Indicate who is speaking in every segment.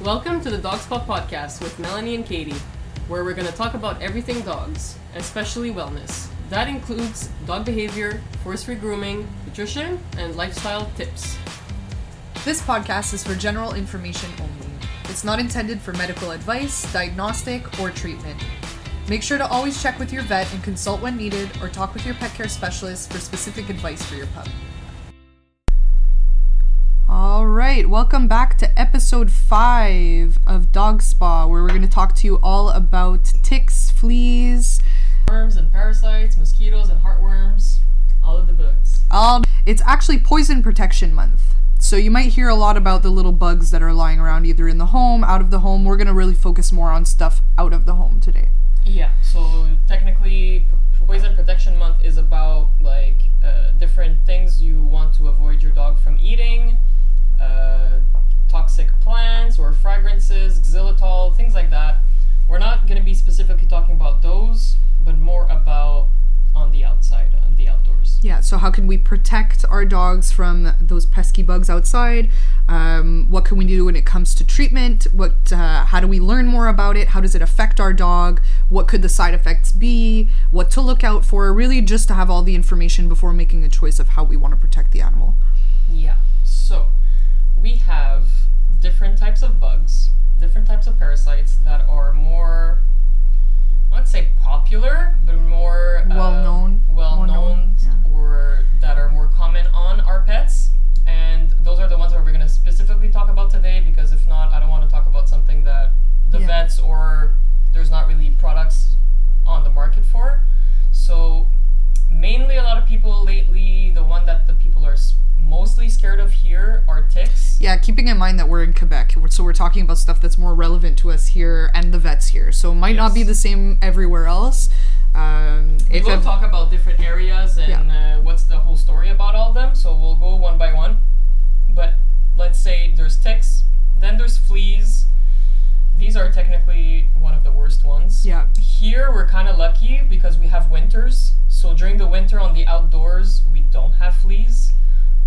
Speaker 1: Welcome to the Dog Spot Podcast with Melanie and Katie, where we're going to talk about everything dogs, especially wellness. That includes dog behavior, force free grooming, nutrition, and lifestyle tips.
Speaker 2: This podcast is for general information only. It's not intended for medical advice, diagnostic, or treatment. Make sure to always check with your vet and consult when needed or talk with your pet care specialist for specific advice for your pup. All right, welcome back to episode 5 of Dog Spa where we're going to talk to you all about ticks, fleas,
Speaker 1: Worms and parasites, mosquitoes and heartworms, all of the bugs.
Speaker 2: all Um, It's actually poison protection month. So you might hear a lot about the little bugs that are lying around either in the home, out of the home. We're going to really focus more on stuff out of the home today.
Speaker 1: Yeah, so technically, p- Poison Protection Month is about like uh, different things you want to avoid your dog from eating, uh, toxic plants or fragrances, xylitol, things like that. We're not going to be specifically talking about those, but more about on the outside, on the outdoors.
Speaker 2: Yeah, so how can we protect our dogs from those pesky bugs outside? Um, what can we do when it comes to treatment? What, uh, how do we learn more about it? How does it affect our dog? What could the side effects be? What to look out for? Really, just to have all the information before making a choice of how we want to protect the animal.
Speaker 1: Yeah. So, we have different types of bugs, different types of parasites that are more, let's say popular, but more uh,
Speaker 2: Well-known,
Speaker 1: well known,
Speaker 2: well-known, yeah.
Speaker 1: or that are more common on our pets. And those are the ones that we're going to specifically talk about today because if not, I don't want to talk about something that the
Speaker 2: Yeah.
Speaker 1: vets or there's not really products on the market for. So, mainly a lot of people lately, the one that the people are s- mostly scared of here are ticks.
Speaker 2: Yeah, keeping in mind that we're in Quebec, we're- so we're talking about stuff that's more relevant to us here and the vets here. So it might not be
Speaker 1: Yes.
Speaker 2: the same everywhere else. Um,
Speaker 1: We
Speaker 2: if
Speaker 1: will
Speaker 2: ev-
Speaker 1: talk about different areas and uh, what's the whole story about all of them. So we'll go one by one. But let's say there's ticks, then there's fleas. These are technically one of the worst ones.
Speaker 2: yeah,
Speaker 1: Here we're kind of lucky because we have winters. So during the winter on the outdoors, we don't have fleas,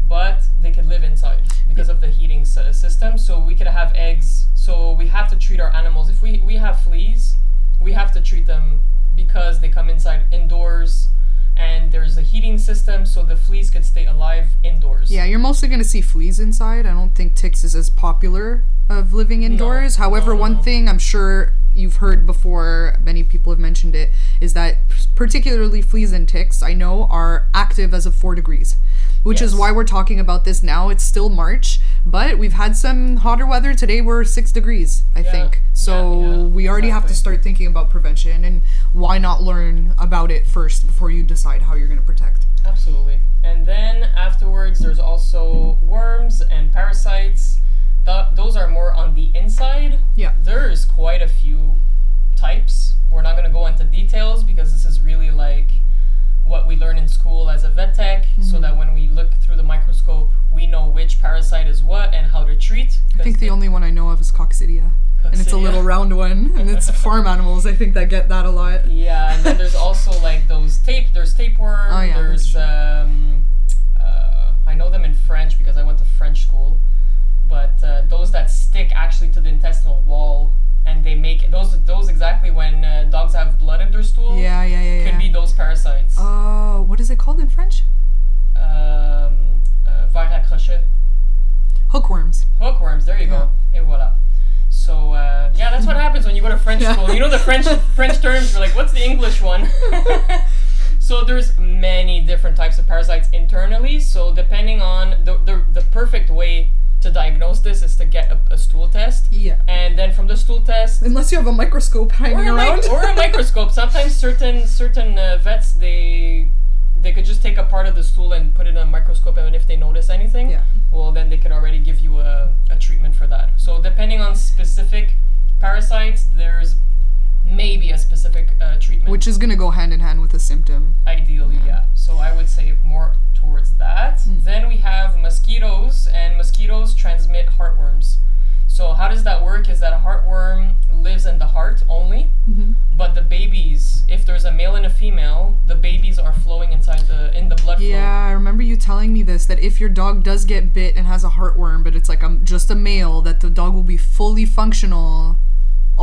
Speaker 1: but they could live inside because of the heating s- system. So we could have eggs. So we have to treat our animals. If we, we have fleas, we have to treat them because they come inside indoors and there's a heating system so the fleas could stay alive indoors.
Speaker 2: yeah, you're mostly gonna see fleas inside. I don't think ticks is as popular of living indoors.
Speaker 1: no,
Speaker 2: However,
Speaker 1: no,
Speaker 2: one
Speaker 1: no.
Speaker 2: thing I'm sure you've heard before, many people have mentioned it, is that particularly fleas and ticks I know are active as of four degrees, which is
Speaker 1: Yes.
Speaker 2: why we're talking about this now. It's still March, but we've had some hotter weather. Today we're six degrees, I
Speaker 1: Yeah,
Speaker 2: think.
Speaker 1: yeah,
Speaker 2: So
Speaker 1: yeah,
Speaker 2: we already have to
Speaker 1: exactly.
Speaker 2: start thinking about prevention and why not learn about it first before you decide how you're gonna protect.
Speaker 1: Absolutely. And then afterwards, there's also worms and parasites. Th- those are more on the inside.
Speaker 2: Yeah.
Speaker 1: There's quite a few types. We're not going to go into details because this is really like what we learn in school as a vet tech so
Speaker 2: Mm-hmm.
Speaker 1: that when we look through the microscope, we know which parasite is what and how to treat.
Speaker 2: I think the only one I know of is Coccidia. And it's a little round one, and it's farm animals. I think that get that a lot.
Speaker 1: Yeah, and then there's also like those tape. There's tapeworm.
Speaker 2: Oh, yeah,
Speaker 1: there's um, uh, I know them in French because I went to French school, but uh, those that stick actually to the intestinal wall and they make those those exactly when uh, dogs have blood in their stool.
Speaker 2: Yeah, yeah, yeah,
Speaker 1: Could
Speaker 2: yeah.
Speaker 1: be those parasites.
Speaker 2: Oh, what is it called in French?
Speaker 1: Um, uh, vers à crochet.
Speaker 2: Hookworms.
Speaker 1: Hookworms. There you go. Et voilà. So uh, yeah, that's what happens when you go to French
Speaker 2: Yeah.
Speaker 1: school. You know the French French terms. You're like, what's the English one? so there's many different types of parasites internally. So depending on the the, the perfect way to diagnose this is to get a, a stool test,
Speaker 2: Yeah.
Speaker 1: and then from the stool test.
Speaker 2: Unless you have a microscope
Speaker 1: Or
Speaker 2: hanging
Speaker 1: a,
Speaker 2: around.
Speaker 1: mic- or a microscope. Sometimes certain certain uh, vets they they could just take a part of the stool and put it in a microscope, and if they notice anything,
Speaker 2: yeah.
Speaker 1: well then they could already give you a, a treatment for that so depending on specific parasites there's maybe a specific uh, treatment
Speaker 2: Which is gonna go hand in hand with a symptom.
Speaker 1: ideally yeah. so i would say more
Speaker 2: Hmm.
Speaker 1: towards that then we have mosquitoes and mosquitoes transmit heartworms so So how does that work? Is that a heartworm lives in the heart only,
Speaker 2: Mhm.
Speaker 1: but the babies, if there's a male and a female, the babies are flowing inside the in the blood
Speaker 2: Yeah, I remember you telling me this that if your dog does get bit and has a heartworm, but it's like a, just a male, that the dog will be fully functional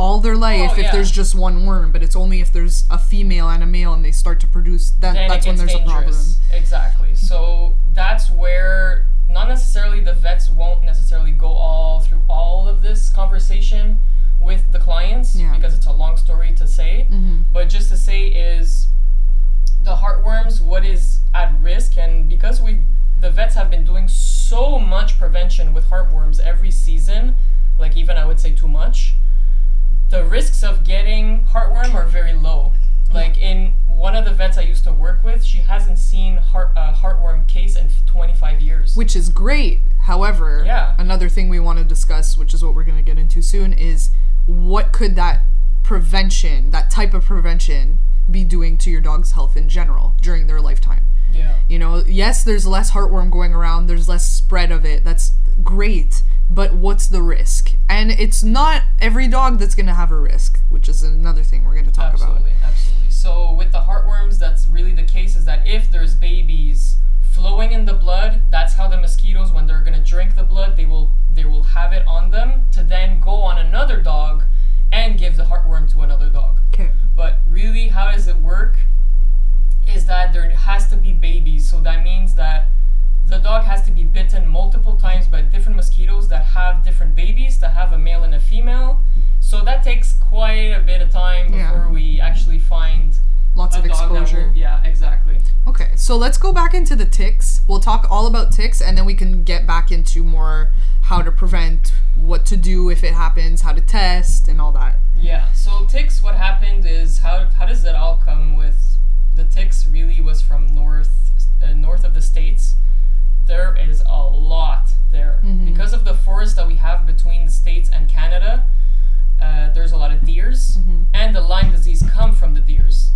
Speaker 2: all their life if
Speaker 1: Oh, yeah.
Speaker 2: there's just one worm, but it's only if there's a female and a male and they start to produce that
Speaker 1: flow. Then
Speaker 2: that's
Speaker 1: it
Speaker 2: when
Speaker 1: gets
Speaker 2: there's a problem.
Speaker 1: dangerous. Exactly. So that's where not necessarily the vets won't necessarily go all through all of this conversation with the clients
Speaker 2: Yeah.
Speaker 1: because it's a long story to say.
Speaker 2: Mm-hmm.
Speaker 1: But just to say is the heartworms, what is at risk, and because we the vets have been doing so much prevention with heartworms every season, like even I would say too much, the risks of getting heartworm are very low. Like in one of the vets I used to work with, she hasn't seen heart a heartworm case in 25 years.
Speaker 2: Which is great. However,
Speaker 1: Yeah.
Speaker 2: another thing we want to discuss, which is what we're going to get into soon, is what could that prevention, that type of prevention, be doing to your dog's health in general during their lifetime?
Speaker 1: yeah.
Speaker 2: You know, yes, there's less heartworm going around, there's less spread of it. That's great, but what's the risk? And it's not every dog that's going to have a risk, which is another thing we're going to talk
Speaker 1: absolutely,
Speaker 2: about.
Speaker 1: Absolutely. So with the heartworms, that's really the case is that if there's babies flowing in the blood, that's how the mosquitoes, when they're gonna drink the blood, they will they will have it on them to then go on another dog and give the heartworm to another dog.
Speaker 2: Okay.
Speaker 1: But really, how does it work? Is that there has to be babies, so that means that the dog has to be bitten multiple times by different mosquitoes that have different babies, that have a male and a female. So that takes quite a bit of time
Speaker 2: Yeah.
Speaker 1: before we actually find
Speaker 2: Lots
Speaker 1: a
Speaker 2: of
Speaker 1: dog
Speaker 2: exposure.
Speaker 1: that will. Yeah, exactly.
Speaker 2: Okay, so let's go back into the ticks. We'll talk all about ticks and then we can get back into more how to prevent, what to do if it happens, how to test, and all that.
Speaker 1: Yeah. So ticks, what happened is how how does it all come with the ticks? Really was from north uh, north of the states. There is a lot there
Speaker 2: Mhm.
Speaker 1: because of the forest that we have between the states and Canada. Uh, there's a lot of deers,
Speaker 2: Mhm.
Speaker 1: and the Lyme disease come from the deers.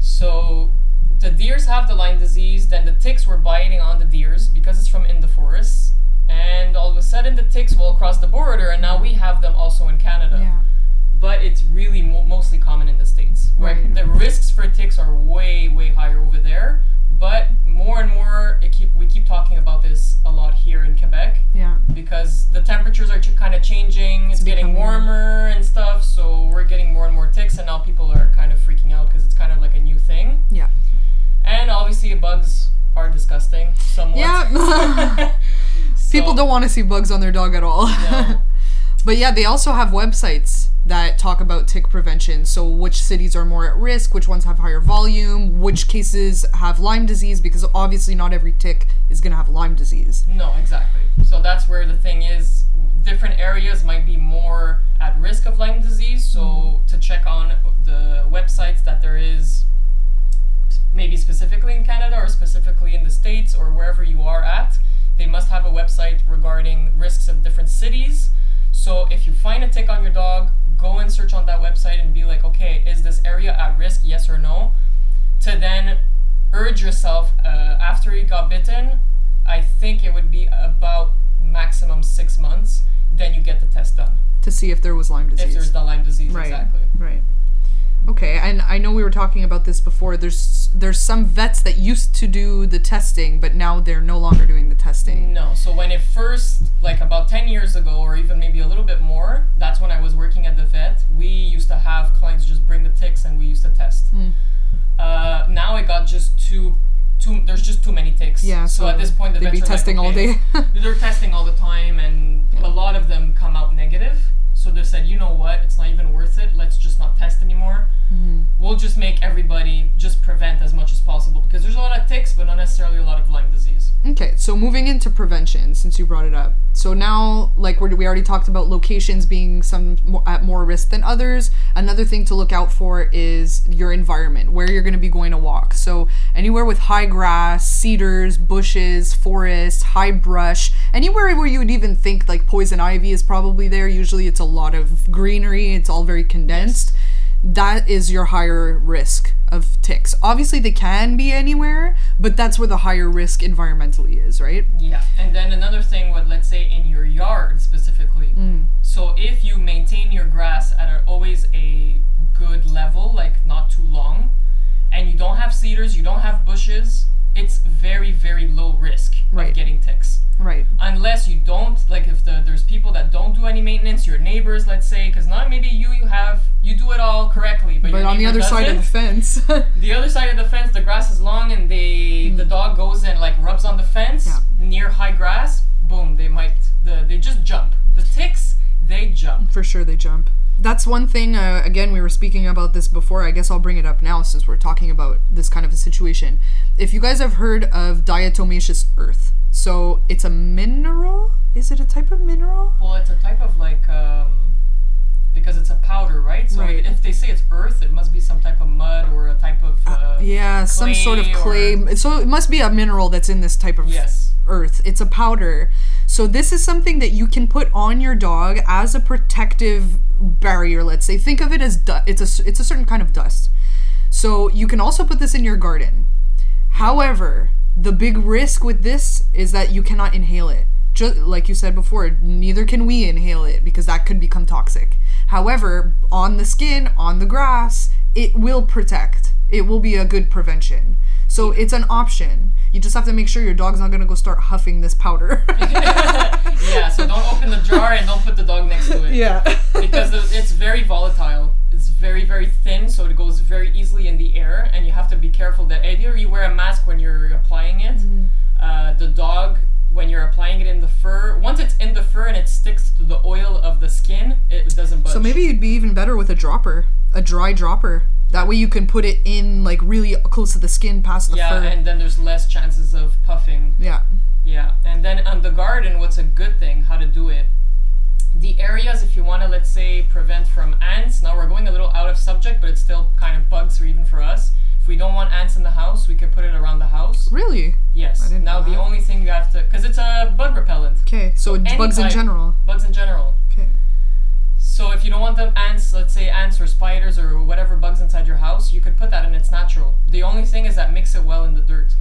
Speaker 1: So the deers have the Lyme disease. Then the ticks were biting on the deers because it's from in the forest. And all of a sudden, the ticks will cross the border, and now we have them also in Canada
Speaker 2: Yeah.
Speaker 1: but it's really mo- mostly common in the states. Where
Speaker 2: Right.
Speaker 1: the risks for ticks are way way higher over there, but more and more it keep we keep talking about this a lot here in Quebec
Speaker 2: Yeah.
Speaker 1: because the temperatures are ch- kind of changing. It's, getting
Speaker 2: becoming-
Speaker 1: warmer and stuff, so we're getting more and more ticks, and now people are kind of freaking out because it's kind of like a new thing.
Speaker 2: Yeah.
Speaker 1: And obviously, bugs are disgusting somewhat.
Speaker 2: Yeah. People
Speaker 1: So-
Speaker 2: don't want to see bugs on their dog at all.
Speaker 1: No.
Speaker 2: but yeah, they also have websites that talk about tick prevention. So, which cities are more at risk, which ones have higher volume, which cases have Lyme disease, because obviously not every tick is going to have Lyme disease.
Speaker 1: No, exactly. So that's where the thing is. Different areas might be more at risk of Lyme disease. So to check on the websites that there is, maybe specifically in Canada or specifically in the states or wherever you are at, they must have a website regarding risks of different cities. So if you find a tick on your dog, go and search on that website and be like, okay, is this area at risk? Yes or no. To then urge yourself uh, after you got bitten, I think it would be about maximum six months. Then you get the test done
Speaker 2: To see if there was Lyme disease.
Speaker 1: if there's the Lyme disease.
Speaker 2: Right.
Speaker 1: Exactly.
Speaker 2: Right. Okay, and I know we were talking about this before. There's there's some vets that used to do the testing, but now they're no longer doing the testing.
Speaker 1: No. So when it first, like about 10 years ago, or even maybe a little bit more, that's when I was working at the vet. We used to have clients just bring the ticks and we used to test.
Speaker 2: Mm.
Speaker 1: Uh, now it got just too, too, there's just too many ticks.
Speaker 2: Yeah,
Speaker 1: So,
Speaker 2: so
Speaker 1: at this point, the
Speaker 2: They'd
Speaker 1: vets
Speaker 2: be
Speaker 1: are like,
Speaker 2: testing all
Speaker 1: "Okay,
Speaker 2: day.
Speaker 1: they're testing all the time and
Speaker 2: Yeah.
Speaker 1: a lot of them come out negative so they said you know what it's not even worth it let's just not test anymore
Speaker 2: Mhm.
Speaker 1: we'll just make everybody just prevent as much as possible because there's a lot of ticks but not necessarily a lot of lyme disease
Speaker 2: Okay, so moving into prevention, since you brought it up. So now, like we're, we already talked about locations being some mo at more risk than others. Another thing to look out for is your environment, where you're going to be going to walk. So anywhere with high grass, cedars, bushes, forests, high brush, anywhere where you would even think like poison ivy is probably there. Usually, it's a lot of greenery. It's all very condensed that is your higher risk of ticks. Obviously, they can be anywhere, but that's where the higher risk environmentally is, right? Mm.
Speaker 1: yeah and then another thing what let's say in your yard specifically So if you maintain your grass at a, always a good level, like not too long, and you don't have cedars, you don't have bushes, it's very very low risk
Speaker 2: Right.
Speaker 1: of getting ticks.
Speaker 2: Right.
Speaker 1: Unless you don't like if the, there's people that don't do any maintenance, your neighbors, let's say, because not maybe you you have you do it all correctly, but,
Speaker 2: But
Speaker 1: your
Speaker 2: on the
Speaker 1: neighbor
Speaker 2: other side of the
Speaker 1: doesn't.
Speaker 2: fence.
Speaker 1: The other side of the fence, the grass is long, and they the dog goes and like rubs on the fence
Speaker 2: Mm. Yeah.
Speaker 1: near high grass. Boom! They might the they just jump. The ticks they jump.
Speaker 2: For sure, they jump. That's one thing. Uh, again, we were speaking about this before. I guess I'll bring it up now since we're talking about this kind of a situation. If you guys have heard of diatomaceous earth, so it's a mineral. Is it a type of mineral?
Speaker 1: Well, it's a type of like um, because it's a powder, right? So
Speaker 2: Right.
Speaker 1: if they say it's earth, it must be some type of mud or a type of uh,
Speaker 2: Yeah, some sort of
Speaker 1: clay
Speaker 2: clay. So it must be a mineral that's in this type of
Speaker 1: yes.
Speaker 2: earth. It's a powder. So this is something that you can put on your dog as a protective barrier. Let's say, think of it as du- it's a s- it's a certain kind of dust. So you can also put this in your garden. However, the big risk with this is that you cannot inhale it. Just like you said before, neither can we inhale it because that could become toxic. However, on the skin, on the grass, it will protect. It will be a good prevention. So it's an option. You just have to make sure your dog's not gonna go start huffing this powder.
Speaker 1: yeah. So don't open the jar and don't put the dog next to it.
Speaker 2: yeah.
Speaker 1: because the, it's very volatile. It's very very thin, so it goes very easily in the air, and you have to be careful that either you wear a mask when you're applying it,
Speaker 2: Mm-hmm.
Speaker 1: uh, the dog when you're applying it in the fur. Once it's in the fur and it sticks to the oil of the skin, it doesn't budge.
Speaker 2: So maybe you'd be even better with a dropper, a dry dropper. That way you can put it in like really close to the skin, past the
Speaker 1: yeah,
Speaker 2: fur.
Speaker 1: and then there's less chances of puffing.
Speaker 2: yeah.
Speaker 1: Yeah, and then on the garden, what's a good thing? How to do it? The areas, if you want to, let's say, prevent from ants. Now we're going a little out of subject, but it's still kind of bugs, or even for us. If we don't want ants in the house, we could put it around the house.
Speaker 2: Really?
Speaker 1: Yes.
Speaker 2: I didn't
Speaker 1: now
Speaker 2: know
Speaker 1: the
Speaker 2: that.
Speaker 1: only thing you have to, because it's a bug repellent,
Speaker 2: Okay. So,
Speaker 1: any
Speaker 2: bugs in
Speaker 1: type.
Speaker 2: general.
Speaker 1: bugs in general.
Speaker 2: Okay.
Speaker 1: So if you don't want them ants, let's say ants or spiders or whatever bugs inside your house, you could put that, and it's natural. The only thing is that mix it well in the dirt,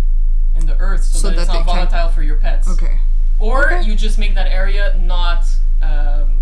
Speaker 1: in the earth, so,
Speaker 2: So
Speaker 1: that, it's
Speaker 2: that
Speaker 1: not
Speaker 2: they can't-
Speaker 1: volatile for your pets.
Speaker 2: Okay.
Speaker 1: or
Speaker 2: Okay.
Speaker 1: you just make that area not um,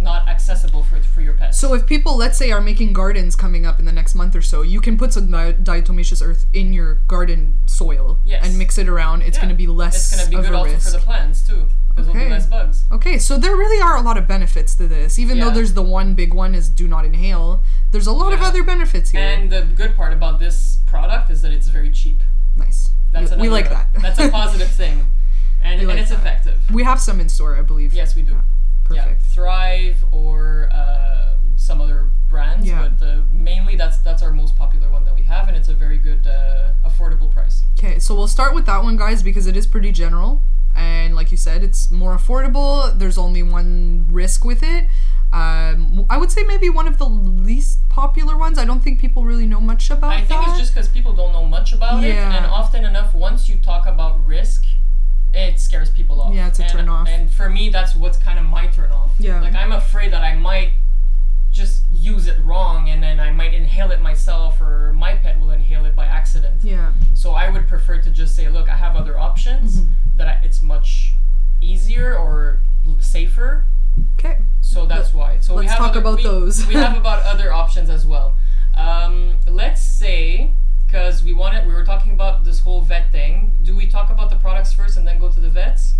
Speaker 1: not accessible for for your pets.
Speaker 2: So if people, let's say, are making gardens coming up in the next month or so, you can put some di- diatomaceous earth in your garden soil
Speaker 1: Yes.
Speaker 2: and mix it around. It's
Speaker 1: Yeah.
Speaker 2: going to be less
Speaker 1: it's gonna be
Speaker 2: of
Speaker 1: good
Speaker 2: a
Speaker 1: also
Speaker 2: risk.
Speaker 1: for the plants too, because there'll
Speaker 2: Okay.
Speaker 1: be less bugs.
Speaker 2: Okay, so there really are a lot of benefits to this. Even though
Speaker 1: Yeah.
Speaker 2: there's the one big one is do not inhale. There's a lot of
Speaker 1: Yeah.
Speaker 2: other benefits here.
Speaker 1: And the good part about this product is that it's very cheap.
Speaker 2: nice.
Speaker 1: That's
Speaker 2: we, we
Speaker 1: another-
Speaker 2: like that.
Speaker 1: that's a positive thing, and,
Speaker 2: We
Speaker 1: and
Speaker 2: like
Speaker 1: it's
Speaker 2: that.
Speaker 1: effective.
Speaker 2: We have some in store, I believe.
Speaker 1: Yes, we do. Yeah,
Speaker 2: Perfect.
Speaker 1: Thrive or uh, some other brands,
Speaker 2: Yeah.
Speaker 1: but uh, mainly that's that's our most popular one that we have, and it's a very good uh, affordable price.
Speaker 2: Okay, so we'll start with that one, guys, because it is pretty general. And like you said, it's more affordable. There's only one risk with it. Um, I would say maybe one of the least popular ones. I don't think people really know much about
Speaker 1: I think
Speaker 2: that.
Speaker 1: it's just because people don't know much about it,
Speaker 2: Yeah.
Speaker 1: and often enough, once you talk about risk, it scares people off.
Speaker 2: Yeah, it's a
Speaker 1: and,
Speaker 2: turn off.
Speaker 1: And for me, that's what's kind of my turn off.
Speaker 2: Yeah.
Speaker 1: Like I'm afraid that I might just use it wrong, and then I might inhale it myself, or my pet will inhale it by accident.
Speaker 2: yeah.
Speaker 1: So I would prefer to just say, look, I have other options
Speaker 2: Mm-hmm.
Speaker 1: that I, it's much easier or l- safer.
Speaker 2: Okay.
Speaker 1: So that's why. So we
Speaker 2: let's
Speaker 1: have
Speaker 2: talk
Speaker 1: other-
Speaker 2: about
Speaker 1: we-
Speaker 2: those.
Speaker 1: we have about other options as well. Um, let's say because we wanted, we were talking about this whole vet thing. Do we talk about the products first and then go to the vets,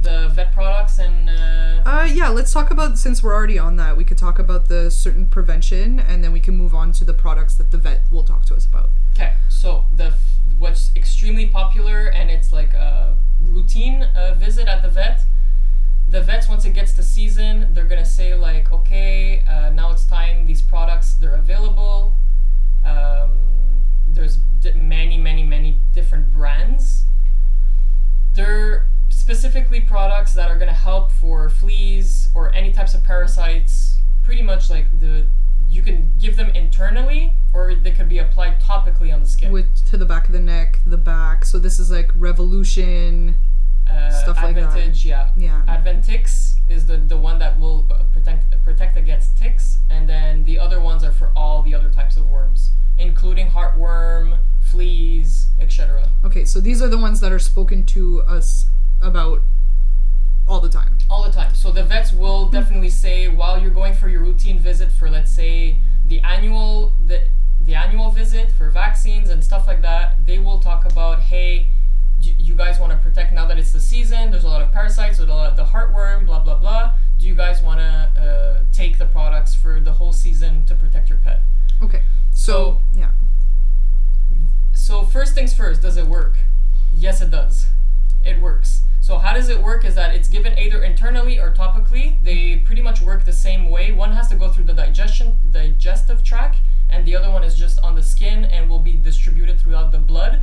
Speaker 1: the vet products and? Uh,
Speaker 2: Uh, yeah, let's talk about since we're already on that, we could talk about the certain prevention, and then we can move on to the products that the vet will talk to us about.
Speaker 1: Okay, so the f- what's extremely popular and it's like a routine uh, visit at the vet. The vets once it gets to season, they're gonna say like, okay, uh, now it's time. These products they're available. Um, there's d- many, many, many different brands. They're specifically products that are gonna help for fleas or any types of parasites. Pretty much like the you can give them internally or they could be applied topically on the skin.
Speaker 2: With to the back of the neck, the back. So this is like revolution.
Speaker 1: uh,
Speaker 2: stuff like that.
Speaker 1: Advantage, yeah.
Speaker 2: Yeah.
Speaker 1: Adventix is the, the one that will uh, protect protect against ticks, and then the other ones are for all the other types of worms, including heartworm, fleas, etc.
Speaker 2: Okay, so these are the ones that are spoken to us about all the time.
Speaker 1: All the time. So the vets will definitely say while you're going for your routine visit for let's say the annual the the annual visit for vaccines and stuff like that, they will talk about hey, do you guys want to protect now that it's the season? There's a lot of parasites, there's a lot of the heartworm, blah blah blah. Do you guys want to uh, take the products for the whole season to protect your pet?
Speaker 2: Okay. So,
Speaker 1: So-
Speaker 2: yeah.
Speaker 1: So first things first, does it work? Yes, it does. It works. So how does it work is that it's given either internally or topically. They pretty much work the same way. One has to go through the digestion digestive tract and the other one is just on the skin and will be distributed throughout the blood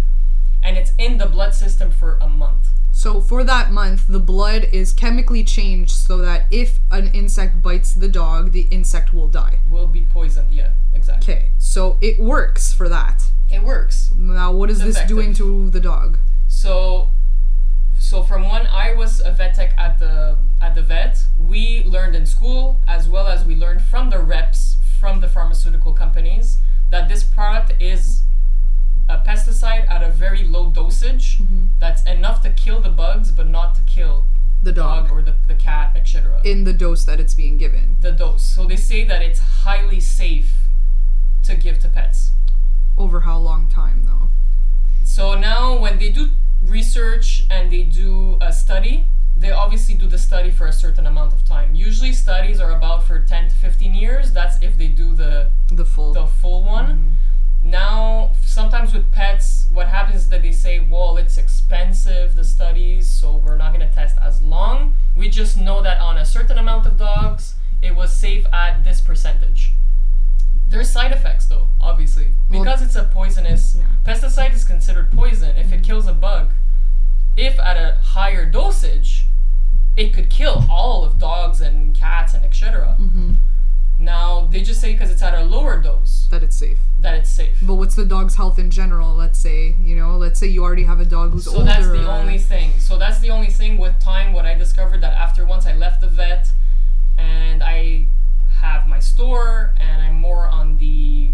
Speaker 1: and it's in the blood system for a month.
Speaker 2: So for that month, the blood is chemically changed so that if an insect bites the dog, the insect will die.
Speaker 1: Will be poisoned, yeah, exactly.
Speaker 2: Okay. So it works for that.
Speaker 1: It works.
Speaker 2: Now, what is
Speaker 1: It's
Speaker 2: this doing to the dog?
Speaker 1: So, so from when I was a vet tech at the at the vet, we learned in school as well as we learned from the reps from the pharmaceutical companies that this product is a pesticide at a very low dosage that's enough to kill the bugs but not to kill
Speaker 2: The
Speaker 1: dog
Speaker 2: dog
Speaker 1: or the, the cat, etc.
Speaker 2: in the dose that it's being given.
Speaker 1: The dose. So they say that it's highly safe to give to pets.
Speaker 2: Over how long time though?
Speaker 1: So now, when they do research and they do a study, they obviously do the study for a certain amount of time. Usually, studies are about for 10 to 15 years. That's if they do the,
Speaker 2: The full.
Speaker 1: the full one.
Speaker 2: Mm-hmm.
Speaker 1: Now, sometimes with pets, what happens is that they say, well, it's expensive, the studies, so we're not going to test as long. We just know that on a certain amount of dogs, it was safe at this percentage. There's side effects though, obviously,
Speaker 2: Well-
Speaker 1: because it's a poisonous
Speaker 2: Yeah. Mm-hmm.
Speaker 1: pesticide is considered poison if it kills a bug. If at a higher dosage, it could kill all of dogs and cats and etc.
Speaker 2: Mm-hmm.
Speaker 1: Now they just say because it's at a lower dose
Speaker 2: that it's safe.
Speaker 1: that it's safe.
Speaker 2: But what's the dog's health in general? Let's say you know, let's say you already have a dog who's
Speaker 1: so
Speaker 2: older. uh,
Speaker 1: that's the
Speaker 2: or-
Speaker 1: only thing so that's the only thing with time what i discovered that after once i left the vet and i have my store and i'm more on the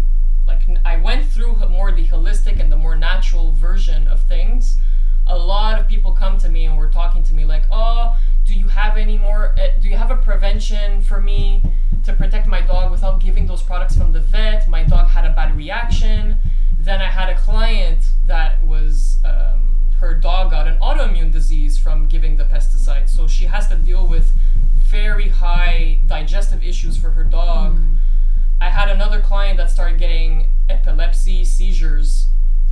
Speaker 1: like n- i went through h- more the holistic and the more natural version of things a lot of people come to me and were talking to me like oh do you have any more uh, do you have a prevention for me to protect my dog without giving those products from the vet my dog had a bad reaction then I had a client that was um, her dog got an autoimmune disease from giving the pesticide, so she has to deal with very high digestive issues for her dog. I had another client that started getting epilepsy seizures,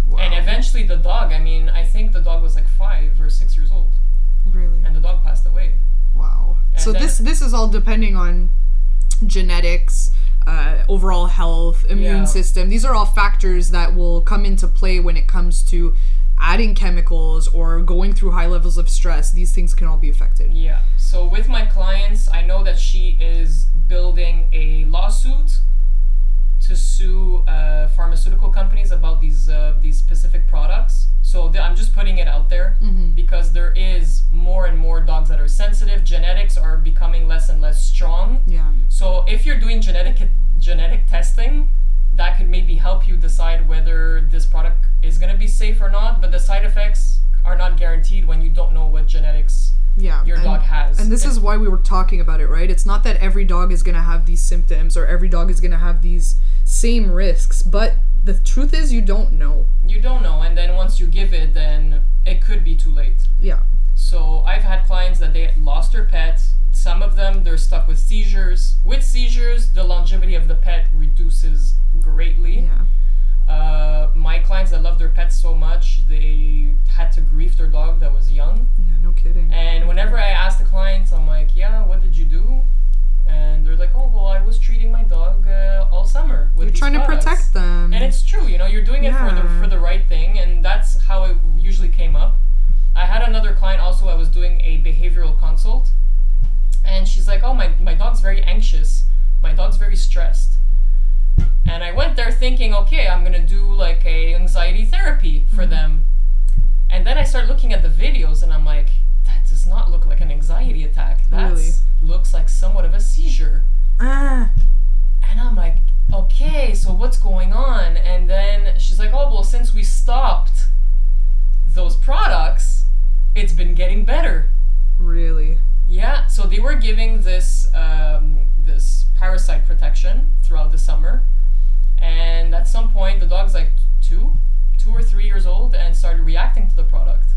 Speaker 2: Wow.
Speaker 1: and eventually the dog. I mean, I think the dog was like five or six years old,
Speaker 2: really.
Speaker 1: and the dog passed away.
Speaker 2: Wow.
Speaker 1: And
Speaker 2: So
Speaker 1: then-
Speaker 2: this this is all depending on genetics, uh, overall health, immune
Speaker 1: Yeah.
Speaker 2: system. These are all factors that will come into play when it comes to adding chemicals or going through high levels of stress. These things can all be affected.
Speaker 1: Yeah. So with my clients, I know that she is building a lawsuit to sue uh, pharmaceutical companies about these uh, these specific products. So th- I'm just putting it out there because there is more and more dogs that are sensitive. Genetics are becoming less and less strong.
Speaker 2: Yeah.
Speaker 1: So if you're doing genetic genetic testing, that could maybe help you decide whether this product is going to be safe or not. But the side effects are not guaranteed when you don't know what genetics
Speaker 2: Yeah.
Speaker 1: your
Speaker 2: and-
Speaker 1: dog has.
Speaker 2: And this is why we were talking about it, right? It's not that every dog is going to have these symptoms or every dog is going to have these same risks, but the truth is you don't know.
Speaker 1: you don't know, and then once you give it, then it could be too late.
Speaker 2: Yeah.
Speaker 1: So I've had clients that they lost their pet. Some of them they're stuck with seizures. With seizures, the longevity of the pet reduces greatly.
Speaker 2: Yeah.
Speaker 1: Uh, my clients that love their pets so much, they had to grief their dog that was young.
Speaker 2: Yeah, no kidding.
Speaker 1: And whenever I ask the clients, I'm like, "Yeah, what did you do?" And they're like, "Oh, well, I was treating my dog uh, all summer." With
Speaker 2: You're
Speaker 1: these
Speaker 2: trying to
Speaker 1: products."
Speaker 2: protect them.
Speaker 1: And it's true, you know, you're doing it for the
Speaker 2: Um, Yeah.
Speaker 1: for the right thing, and that's how it usually came up. I had another client also. I was doing a behavioral consult, and she's like, "Oh, my my dog's very anxious. My dog's very stressed." And I went there thinking, "Okay, I'm gonna do like a anxiety therapy for
Speaker 2: Mm-hmm.
Speaker 1: them." And then I start looking at the videos, and I'm like, "That does not look like an anxiety attack. That
Speaker 2: Really?
Speaker 1: looks like somewhat of a seizure."
Speaker 2: ah.
Speaker 1: And I'm like, okay, so what's going on? And then she's like, oh, well, since we stopped those products, it's been getting better.
Speaker 2: Really?
Speaker 1: Yeah, so they were are giving this um, this parasite protection throughout the summer, and at some point the dog's like two, two or three years old, and started reacting to the product,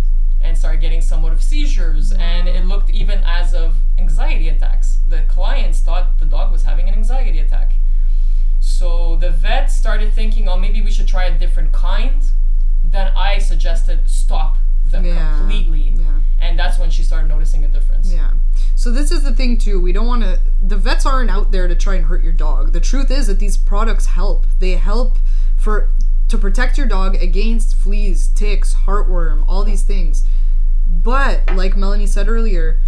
Speaker 1: and started getting somewhat of seizures, and it looked even as of anxiety attacks. The clients thought the dog was having an anxiety attack. So the vet started thinking, oh, maybe we should try a different kind. Then I suggested stop them
Speaker 2: Yeah.
Speaker 1: completely.
Speaker 2: Yeah.
Speaker 1: And that's when she started noticing a difference.
Speaker 2: Yeah. So this is the thing too. We don't want to. The vets aren't out there to try and hurt your dog. The truth is that these products help. They help for to protect your dog against fleas, ticks, heartworm, all these things. But like Melanie said earlier,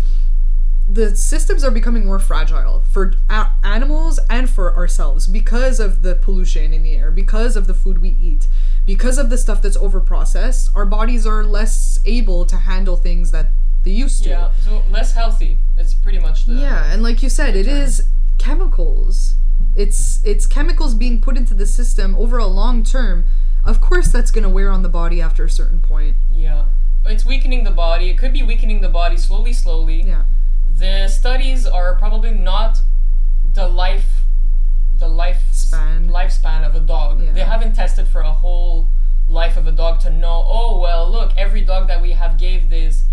Speaker 2: the systems are becoming more fragile for a- animals and for ourselves because of the pollution in the air, because of the food we eat, because of the stuff that's overprocessed. Our bodies are less able to handle things that they used to.
Speaker 1: Yeah, so less healthy. It's pretty much the
Speaker 2: Yeah, and like you said, it is chemicals. It's it's chemicals being put into the system over a long term. Of course, that's gonna wear on the body after a certain point.
Speaker 1: yeah. It's weakening the body. It could be weakening the body slowly, slowly.
Speaker 2: Yeah,
Speaker 1: The studies are probably not the life, the life
Speaker 2: Span.
Speaker 1: lifespan of a dog. They
Speaker 2: Yeah.
Speaker 1: haven't tested for a whole life of a dog to know. Oh well, look, every dog that we have gave these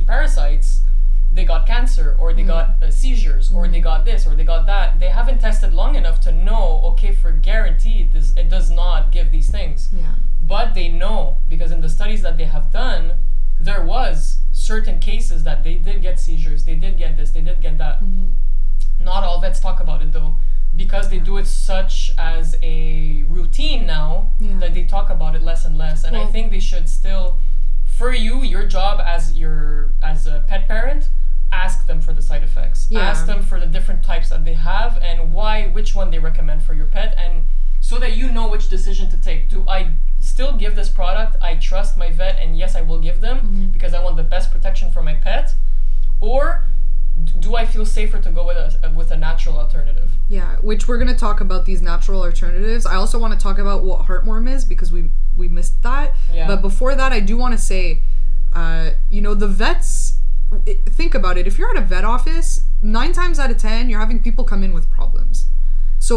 Speaker 1: anti-parasites, they got cancer, or
Speaker 2: Mm.
Speaker 1: they got uh, seizures, or they got this, or they got that. They haven't tested long enough to know. Okay, for guaranteed, this it does not give these things.
Speaker 2: yeah,
Speaker 1: but they know because in the studies that they have done there was certain cases that they did get seizures they did get this they did get that
Speaker 2: Mm. Mm-hmm.
Speaker 1: not all vets talk about it though because they do it such as a routine now
Speaker 2: Yeah.
Speaker 1: that they talk about it less and less and i
Speaker 2: Well-
Speaker 1: think they should still for you your job as your as a pet parent ask them for the side effects
Speaker 2: Yeah.
Speaker 1: ask them for the different types that they have and why which one they recommend for your pet and so that you know which decision to take do i still give this product i trust my vet and yes i will give them
Speaker 2: Mm-hmm.
Speaker 1: because i want the best protection for my pet or d- do i feel safer to go with a with a natural alternative
Speaker 2: yeah. Which we're gonna talk about these natural alternatives. I also want to talk about what heartworm is because we we missed that.
Speaker 1: Yeah.
Speaker 2: But before that, I do want to say, uh, you know, the vets. i- Think about it. If you're at a vet office, nine times out of ten, you're having people come in with problems. So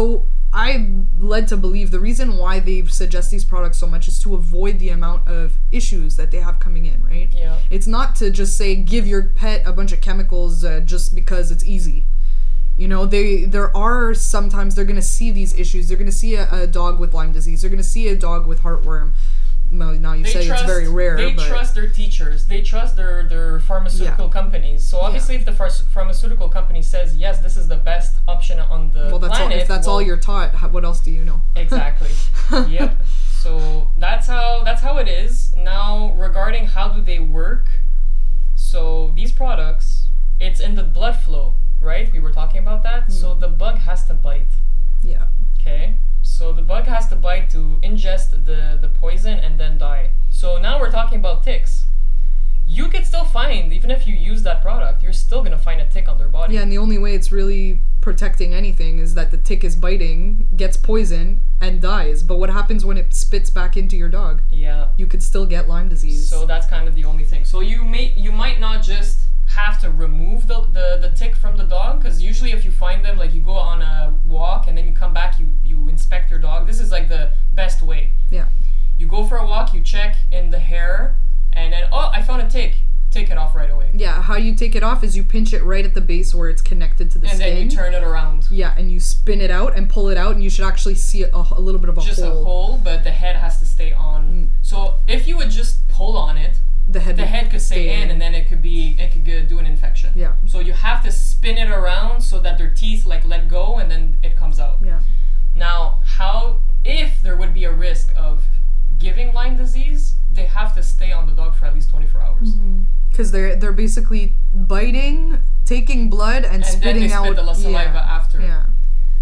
Speaker 2: I'm led to believe the reason why they suggest these products so much is to avoid the amount of issues that they have coming in, right?
Speaker 1: yeah
Speaker 2: It's not to just say give your pet a bunch of chemicals uh, just because it's easy. You know, they there are sometimes they're gonna see these issues. They're gonna see a, a dog with Lyme disease. They're gonna see a dog with heartworm. Well, now you
Speaker 1: they
Speaker 2: say
Speaker 1: trust,
Speaker 2: it's very rare,
Speaker 1: They
Speaker 2: but
Speaker 1: trust their teachers. They trust their their pharmaceutical companies. So obviously, if the pharma- pharmaceutical company says yes, this is the best option on the
Speaker 2: well, that's all,
Speaker 1: planet.
Speaker 2: if that's all
Speaker 1: well,
Speaker 2: you're taught, how, what else do you know?
Speaker 1: exactly. yep. So that's how that's how it is now. Regarding how do they work? So these products, it's in the blood flow, right? We were talking about that. So the bug has to bite.
Speaker 2: Yeah,
Speaker 1: Okay. So the bug has to bite to ingest the, the poison and then die. So now we're talking about ticks. You could still find, even if you use that product, you're still gonna find a tick on their body.
Speaker 2: yeah. And the only way it's really protecting anything is that the tick is biting, gets poison, and dies. But what happens when it spits back into your dog?
Speaker 1: Yeah.
Speaker 2: You could still get Lyme disease.
Speaker 1: So that's kind of the only thing. So you may you might not just have to remove the, the, the tick from the dog because usually if you find them like you go on a walk and then you come back you, you inspect your dog this is like the best way
Speaker 2: yeah,
Speaker 1: you go for a walk you check in the hair and then oh i found a tick take it off right away
Speaker 2: yeah. How you take it off is you pinch it right at the base where it's connected to the
Speaker 1: and
Speaker 2: skin.
Speaker 1: then you turn it around.
Speaker 2: Yeah, and you spin it out and pull it out, and you should actually see a, a little bit of a
Speaker 1: Just
Speaker 2: hole. Mm.
Speaker 1: a hole, but the head has to stay on. So if you would just pull on it,
Speaker 2: The head.
Speaker 1: the
Speaker 2: would
Speaker 1: head could stay
Speaker 2: stay
Speaker 1: in, and then it could be it could go- do an infection.
Speaker 2: Yeah.
Speaker 1: So you have to spin it around so that their teeth like let go, and then it comes out.
Speaker 2: Yeah.
Speaker 1: Now, how if there would be a risk of giving Lyme disease, they have to stay on the dog for at least 24 hours,
Speaker 2: Mm-hmm. Because they're they're basically biting, taking blood, and,
Speaker 1: and then
Speaker 2: spitting
Speaker 1: they
Speaker 2: out
Speaker 1: spit the saliva
Speaker 2: yeah,
Speaker 1: after.
Speaker 2: Yeah.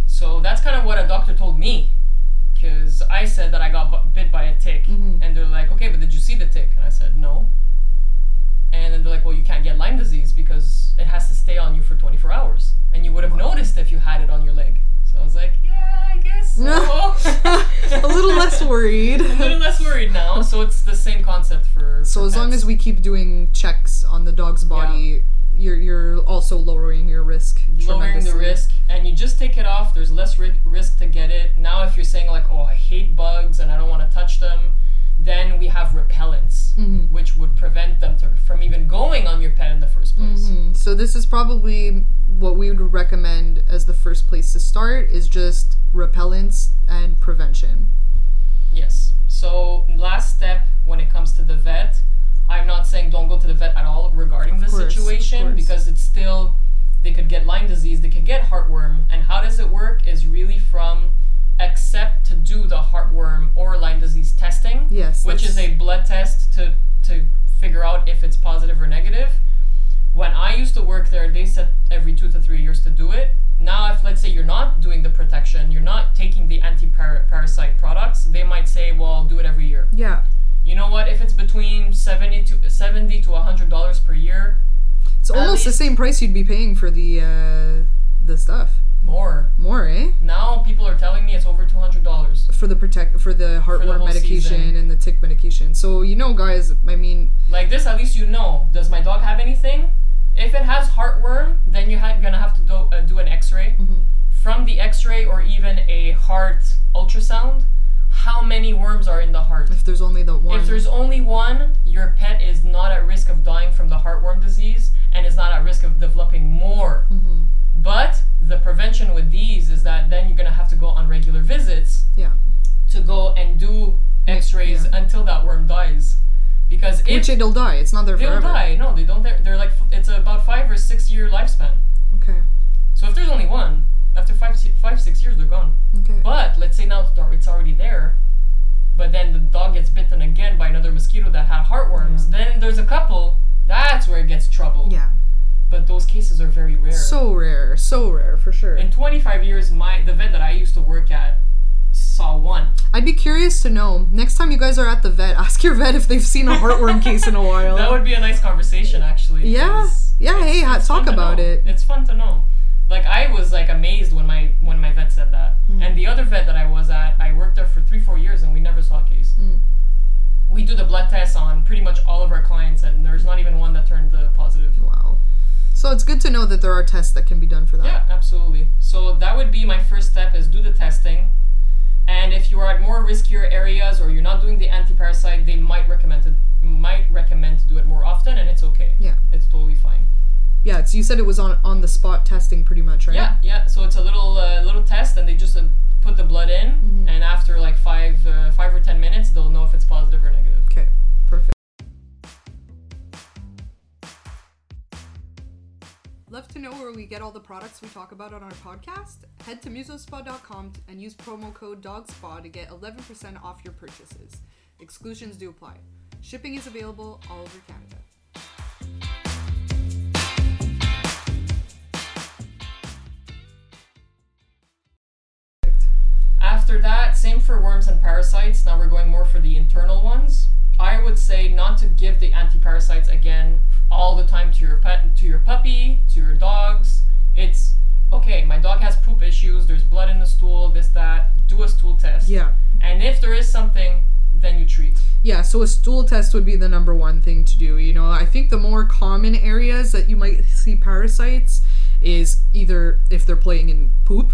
Speaker 1: So that's kind of what a doctor told me. Because I said that I got bu- bit by a tick.
Speaker 2: Mm-hmm.
Speaker 1: And they're like, okay, but did you see the tick? And I said, no. And then they're like, well, you can't get Lyme disease because it has to stay on you for 24 hours. And you would have noticed if you had it on your leg. So I was like, yeah, I guess so.
Speaker 2: a little less worried.
Speaker 1: a little less worried now. So it's the same concept for.
Speaker 2: So
Speaker 1: for
Speaker 2: as long
Speaker 1: pets.
Speaker 2: as we keep doing checks on the dog's body, you're you're also also lowering your risk.
Speaker 1: lowering the
Speaker 2: tremendously.
Speaker 1: risk and you just take it off there's less ri- risk to get it now if you're saying like oh i hate bugs and i don't want to touch them then we have repellents
Speaker 2: Mhm.
Speaker 1: which would prevent them to, from even going on your pet in the first place
Speaker 2: Mhm. So this is probably what we would recommend as the first place to start is just repellents and prevention.
Speaker 1: yes so last step when it comes to the vet i'm not saying don't go to the vet at all regarding this
Speaker 2: course, of
Speaker 1: situation
Speaker 2: course.
Speaker 1: because it's still they could get lyme disease they could get heartworm and how does it work is really from except to do the heartworm or lyme disease testing
Speaker 2: Yes.
Speaker 1: which is
Speaker 2: that's-
Speaker 1: a blood test to to figure out if it's positive or negative. When I used to work there, they said every two to three years to do it. Now, if let's say you're not doing the protection, you're not taking the anti-parasite products, they might say, "Well, do it every year."
Speaker 2: yeah.
Speaker 1: You know what? If it's between seventy to seventy to hundred dollars per year,
Speaker 2: It's
Speaker 1: at
Speaker 2: almost the
Speaker 1: least-
Speaker 2: same price you'd be paying for the uh, the stuff.
Speaker 1: more.
Speaker 2: More, eh?
Speaker 1: Now people are telling me it's over two hundred dollars.
Speaker 2: For the protect for the heartworm
Speaker 1: whole
Speaker 2: medication
Speaker 1: season.
Speaker 2: and the tick medication. So you know, guys. I mean,
Speaker 1: Like this, at least you know. Does my dog have anything? If it has heartworm, then you're ha- gonna have to do, uh, do an X-ray.
Speaker 2: Mm-hmm.
Speaker 1: From the X-ray or even a heart ultrasound, how many worms are in the heart?
Speaker 2: if there's only the one,
Speaker 1: If there's only one, your pet is not at risk of dying from the heartworm disease and is not at risk of developing more.
Speaker 2: Mhm.
Speaker 1: But the prevention with these is that then you're gonna have to go on regular visits
Speaker 2: yeah,
Speaker 1: to go and do
Speaker 2: Yeah.
Speaker 1: X-rays until that worm dies. Because if
Speaker 2: which it'll die. It's not there
Speaker 1: They'll
Speaker 2: forever.
Speaker 1: die. No, they don't. They're, they're like f- it's about five or six year lifespan.
Speaker 2: Okay.
Speaker 1: So if there's only one, after five si- five six years they're gone.
Speaker 2: Okay.
Speaker 1: But let's say now it's al- it's already there, but then the dog gets bitten again by another mosquito that had heartworms. Then there's a couple. That's where it gets trouble.
Speaker 2: yeah.
Speaker 1: But those cases are very rare.
Speaker 2: So rare. So rare for sure.
Speaker 1: in 25 years, my the vet that I used to work at saw one.
Speaker 2: I'd be curious to know next time you guys are at the vet, ask your vet if they've seen a heartworm case in a while.
Speaker 1: That would be a nice conversation, actually.
Speaker 2: Yeah.
Speaker 1: 'cause
Speaker 2: Yeah, hey, ha-
Speaker 1: fun
Speaker 2: talk
Speaker 1: to
Speaker 2: about
Speaker 1: know.
Speaker 2: it.
Speaker 1: It's fun to know. Like I was like amazed when my when my vet said that,
Speaker 2: Mm.
Speaker 1: and the other vet that I was at, I worked there for three four years, and we never saw a case.
Speaker 2: Mm.
Speaker 1: We do the blood tests on pretty much all of our clients, and there's not even one that turned uh, positive.
Speaker 2: wow. So it's good to know that there are tests that can be done for that.
Speaker 1: Yeah, absolutely. So that would be my first step is do the testing. And if you are at more riskier areas or you're not doing the anti-parasite, they might recommend to, might recommend to do it more often and it's okay.
Speaker 2: Yeah.
Speaker 1: It's totally fine.
Speaker 2: Yeah, it's, you said it was on on the spot testing pretty much, right?
Speaker 1: Yeah, yeah. So it's a little uh, little test and they just uh, put the blood in
Speaker 2: Mhm.
Speaker 1: and after like 5 uh, 5 or 10 minutes, they'll know if it's positive or negative.
Speaker 2: Okay, perfect. Love to know where we get all the products we talk about on our podcast? Head to musospa.com and use promo code DOGSPA to get 11% off your purchases. Exclusions do apply. Shipping is available all over Canada. Perfect.
Speaker 1: After that, same for worms and parasites. Now we're going more for the internal ones. I would say not to give the anti-parasites again all the time to your pet, to your puppy, to your dogs. It's okay. My dog has poop issues. There's blood in the stool. This that. Do a stool test.
Speaker 2: Yeah.
Speaker 1: And if there is something, then you treat.
Speaker 2: Yeah, so a stool test would be the number one thing to do. You know, I think the more common areas that you might see parasites is either if they're playing in poop,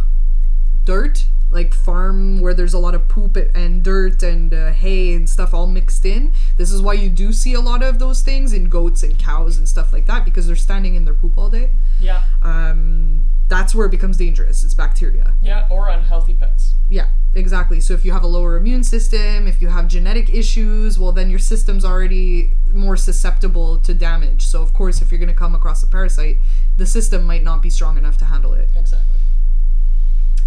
Speaker 2: dirt, like farm where there's a lot of poop and dirt and uh, hay and stuff all mixed in. This is why you do see a lot of those things in goats and cows and stuff like that because they're standing in their poop all day.
Speaker 1: Yeah.
Speaker 2: Um, that's where it becomes dangerous. It's bacteria.
Speaker 1: Yeah. Or unhealthy pets.
Speaker 2: Yeah, exactly. So if you have a lower immune system, if you have genetic issues, well, then your system's already more susceptible to damage. So, of course, if you're going to come across a parasite, the system might not be strong enough to handle it.
Speaker 1: Exactly.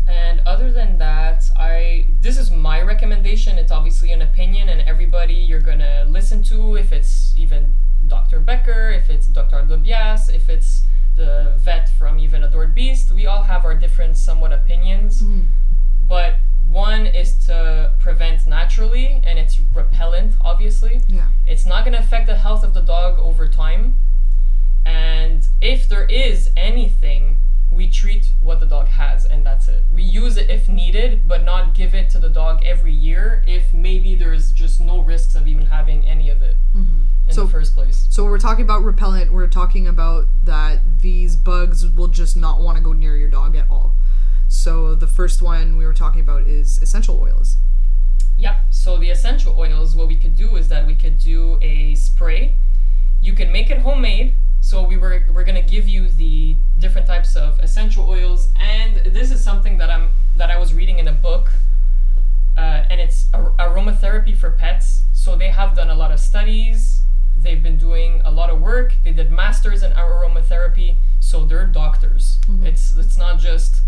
Speaker 1: And other than that, I this is my recommendation. It's obviously an opinion, and everybody you're gonna listen to, if it's even Dr. Becker, if it's Dr. Dobias, if it's the vet from even Adored Beast, we all have our different somewhat
Speaker 2: Mm.
Speaker 1: opinions. But one is to prevent naturally, and it's repellent, obviously.
Speaker 2: Yeah.
Speaker 1: It's not going to affect the health of the dog over time. And if there is anything, we treat what the dog has and that's it. We use it if needed, but not give it to the dog every year if maybe there's just no risks of even having any of it in
Speaker 2: So-
Speaker 1: the first place.
Speaker 2: So, when we're talking about repellent, we're talking about that these bugs will just not want to go near your dog at all. So the first one we were talking about is essential oils.
Speaker 1: Yep. So the essential oils, what we could do is that we could do a spray. You can make it homemade. So we were we're gonna give you the different types of essential oils, and this is something that I'm that I was reading in a book, uh, and it's ar- aromatherapy for pets. So they have done a lot of studies. They've been doing a lot of work. They did masters in aromatherapy, so they're doctors. It's it's not just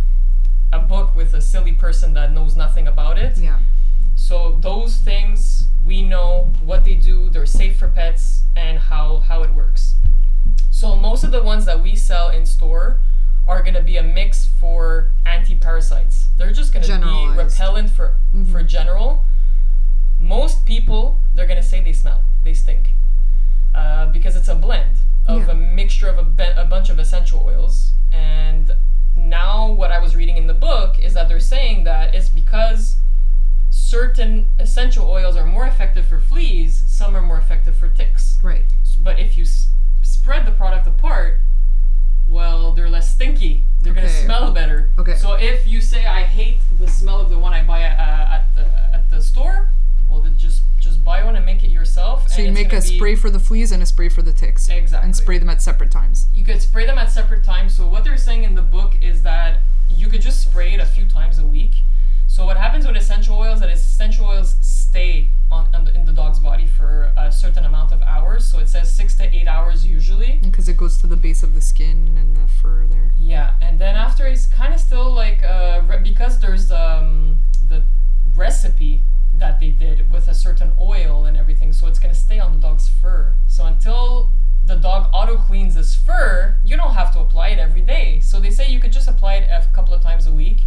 Speaker 1: a book with a silly person that knows nothing about it.
Speaker 2: Yeah.
Speaker 1: So those things we know what they do, they're safe for pets, and how how it works. So most of the ones that we sell in store are gonna be a mix for anti-parasites. They're just gonna
Speaker 2: Generalized. Mm-hmm.
Speaker 1: be repellent for for general. Most people they're gonna say they smell, they stink, uh, because it's a blend of
Speaker 2: Yeah.
Speaker 1: a mixture of a, be- a bunch of essential oils. And now what I was reading in the book is that they're saying that it's because certain essential oils are more effective for fleas, some are more effective for ticks.
Speaker 2: Right.
Speaker 1: S- But if you s- spread the product apart, well, they're less stinky. They're gonna
Speaker 2: Okay.
Speaker 1: smell better.
Speaker 2: Okay.
Speaker 1: So if you say I hate the smell of the one I buy at, uh, at the at the store, well, then just just buy one and make it yourself.
Speaker 2: So
Speaker 1: and
Speaker 2: you
Speaker 1: it's
Speaker 2: make a
Speaker 1: gonna be-
Speaker 2: spray for the fleas and a spray for the ticks.
Speaker 1: Exactly.
Speaker 2: And spray them at separate times.
Speaker 1: You could spray them at separate times. So what they're saying in the book is that you could just spray it a few times a week. So what happens with essential oils that is essential oils stay on, on the, in the dog's body for a certain amount of hours. So it says six to eight hours usually.
Speaker 2: Because it goes to the base of the skin and the fur there.
Speaker 1: Yeah, and then after it's kind of still like uh, re- because there's um, the recipe that they did with a certain oil and everything, so it's gonna stay on the dog's fur. So until the dog auto cleans his fur, you don't have to apply it every day. So they say you could just apply it a couple of times a week.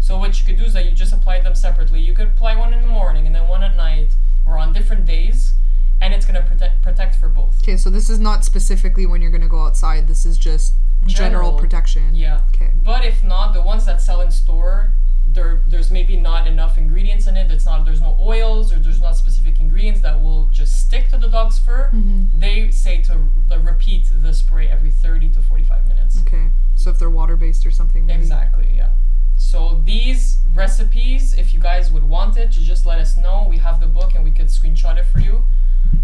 Speaker 1: So what you could do is that you just apply them separately. You could apply one in the morning and then one at night or on different days, and it's gonna protect protect for both.
Speaker 2: Okay, so this is not specifically when you're going to go outside. This is just general,
Speaker 1: General.
Speaker 2: protection.
Speaker 1: Yeah.
Speaker 2: Okay.
Speaker 1: But if not, the ones that sell in store, there there's maybe not enough ingredients in it. It's not there's no oils or there's not specific ingredients that will just stick to the dog's fur.
Speaker 2: Hmm.
Speaker 1: They say to r- repeat the spray every 30 to 45 minutes.
Speaker 2: Okay. So if they're water based or something. Maybe.
Speaker 1: Exactly, yeah. So these recipes, if you guys would want it, you just let us know. We have the book and we could screenshot it for you.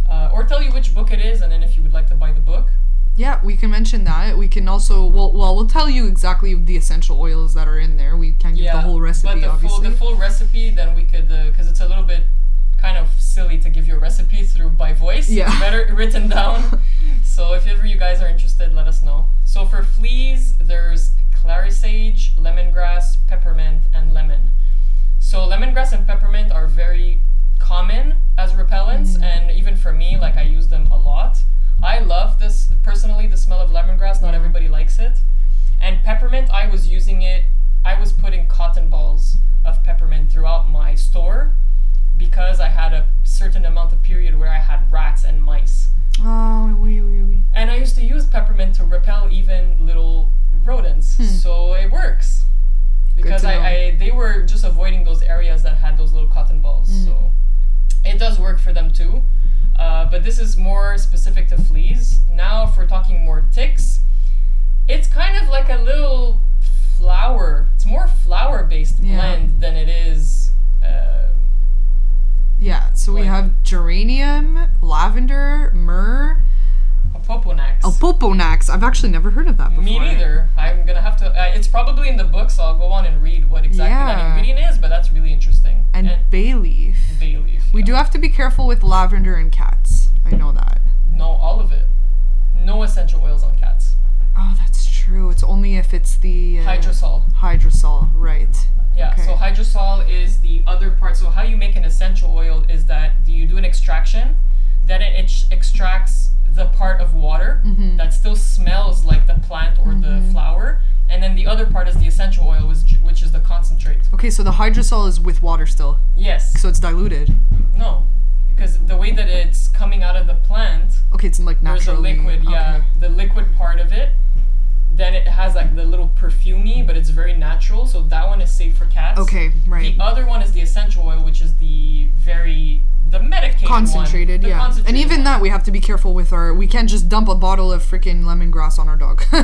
Speaker 1: Uh, or tell you which book it is and then if you would like to buy the book.
Speaker 2: Yeah, we can mention that. We can also well, well, we'll tell you exactly the essential oils that are in there. We can't give the whole recipe,
Speaker 1: But the
Speaker 2: obviously.
Speaker 1: full the full recipe, then we could because it's a little bit kind of silly to give you a recipe through by voice.
Speaker 2: Yeah.
Speaker 1: It's better written down. so if ever you guys are interested, let us know. So for fleas, there's clarisage, lemongrass, peppermint, and lemon. So lemongrass and peppermint are very common as repellents, and even for me, like I use them a lot. I love this personally. The smell of lemongrass. Not everybody likes it. And peppermint, I was using it. I was putting cotton balls of peppermint throughout my store because I had a certain amount of period where I had rats and mice.
Speaker 2: oh, wee, wee, wee.
Speaker 1: And I used to use peppermint to repel even little rodents. So it works. Because
Speaker 2: Hmm. to know.
Speaker 1: I, I they were just avoiding those areas that had those little cotton balls.
Speaker 2: Hmm.
Speaker 1: So it does work for them too. Uh, but this is more specific to fleas. Now if we're talking more ticks, it's kind of like a little flower. It's more flower based
Speaker 2: Yeah.
Speaker 1: blend than it is uh,
Speaker 2: Yeah, so we
Speaker 1: Like-
Speaker 2: have geranium, lavender, myrrh,
Speaker 1: a poponax.
Speaker 2: opoponax. I've actually never heard of that before.
Speaker 1: Me neither. I'm gonna have to. Uh, it's probably in the book, so I'll go on and read what exactly
Speaker 2: Yeah.
Speaker 1: that ingredient is. But that's really interesting.
Speaker 2: And bay leaf.
Speaker 1: bay leaf.
Speaker 2: We
Speaker 1: yeah.
Speaker 2: do have to be careful with lavender and cats. I know that.
Speaker 1: no all of it. No essential oils on cats.
Speaker 2: Oh, that's true. It's only if it's the uh,
Speaker 1: Hydrosol.
Speaker 2: hydrosol, right?
Speaker 1: Yeah.
Speaker 2: Okay.
Speaker 1: So hydrosol is the other part. So how you make an essential oil is that do you do an extraction, then it ex- extracts the part of water
Speaker 2: Mm-hmm.
Speaker 1: that still smells like the plant or the flower, and then the other part is the essential oil, which which is the concentrate.
Speaker 2: Okay, so the hydrosol is with water still,
Speaker 1: Yes.
Speaker 2: so it's diluted.
Speaker 1: No, because the way that it's coming out of the plant,
Speaker 2: Okay, it's like
Speaker 1: there's a
Speaker 2: naturally.
Speaker 1: liquid, yeah,
Speaker 2: okay.
Speaker 1: the liquid part of it. Then it has like the little perfumey, but it's very natural, so that one is safe for cats.
Speaker 2: Okay, right.
Speaker 1: The other one is the essential oil, which is the very the medicated one,
Speaker 2: concentrated,
Speaker 1: the
Speaker 2: yeah.
Speaker 1: concentrated
Speaker 2: and even
Speaker 1: one.
Speaker 2: that, we have to be careful with our. We can't just dump a bottle of freaking lemongrass on our dog.
Speaker 1: No,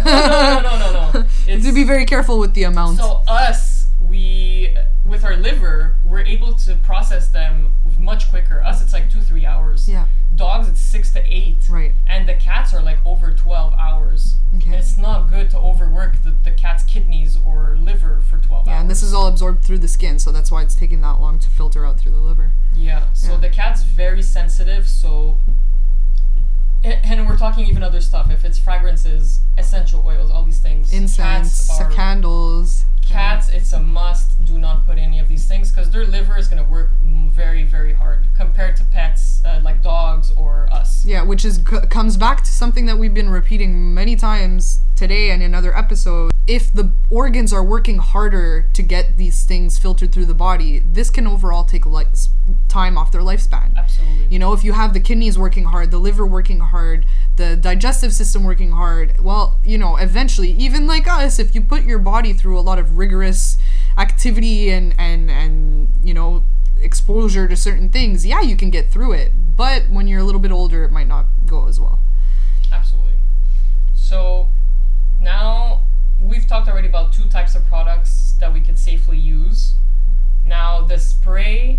Speaker 1: no, no, no, It's,
Speaker 2: to be very careful with the amount.
Speaker 1: so us, we with our liver, we're able to process them much quicker. Us, it's like two three hours.
Speaker 2: yeah,
Speaker 1: Dogs, it's six to eight.
Speaker 2: right.
Speaker 1: And the cats are like over twelve hours.
Speaker 2: Okay.
Speaker 1: It's not good to overwork the, the cat's kidneys or liver for twelve hours.
Speaker 2: Yeah, and this is all absorbed through the skin, so that's why it's taking that long to filter out through the liver.
Speaker 1: Yeah, so
Speaker 2: Yeah.
Speaker 1: the cat's very sensitive, so. A- And we're talking even other stuff. If it's fragrances, essential oils, all these things.
Speaker 2: Incense,
Speaker 1: Cats, are,
Speaker 2: candles.
Speaker 1: cats it's a must. Do not put any of these things because their liver is going to work mm, very, very hard compared to pets uh, like dogs or us.
Speaker 2: Yeah, which is c- comes back to something that we've been repeating many times today and in other episodes. If the organs are working harder to get these things filtered through the body, this can overall take li- s- time off their lifespan.
Speaker 1: Absolutely.
Speaker 2: You know, if you have the kidneys working hard, the liver working hard, the digestive system working hard, well, you know, eventually, even like us, if you put your body through a lot of rigorous activity and and and you know exposure to certain things, yeah, you can get through it. But when you're a little bit older, it might not go as well.
Speaker 1: Absolutely. So now we've talked already about two types of products that we could safely use. Now the spray,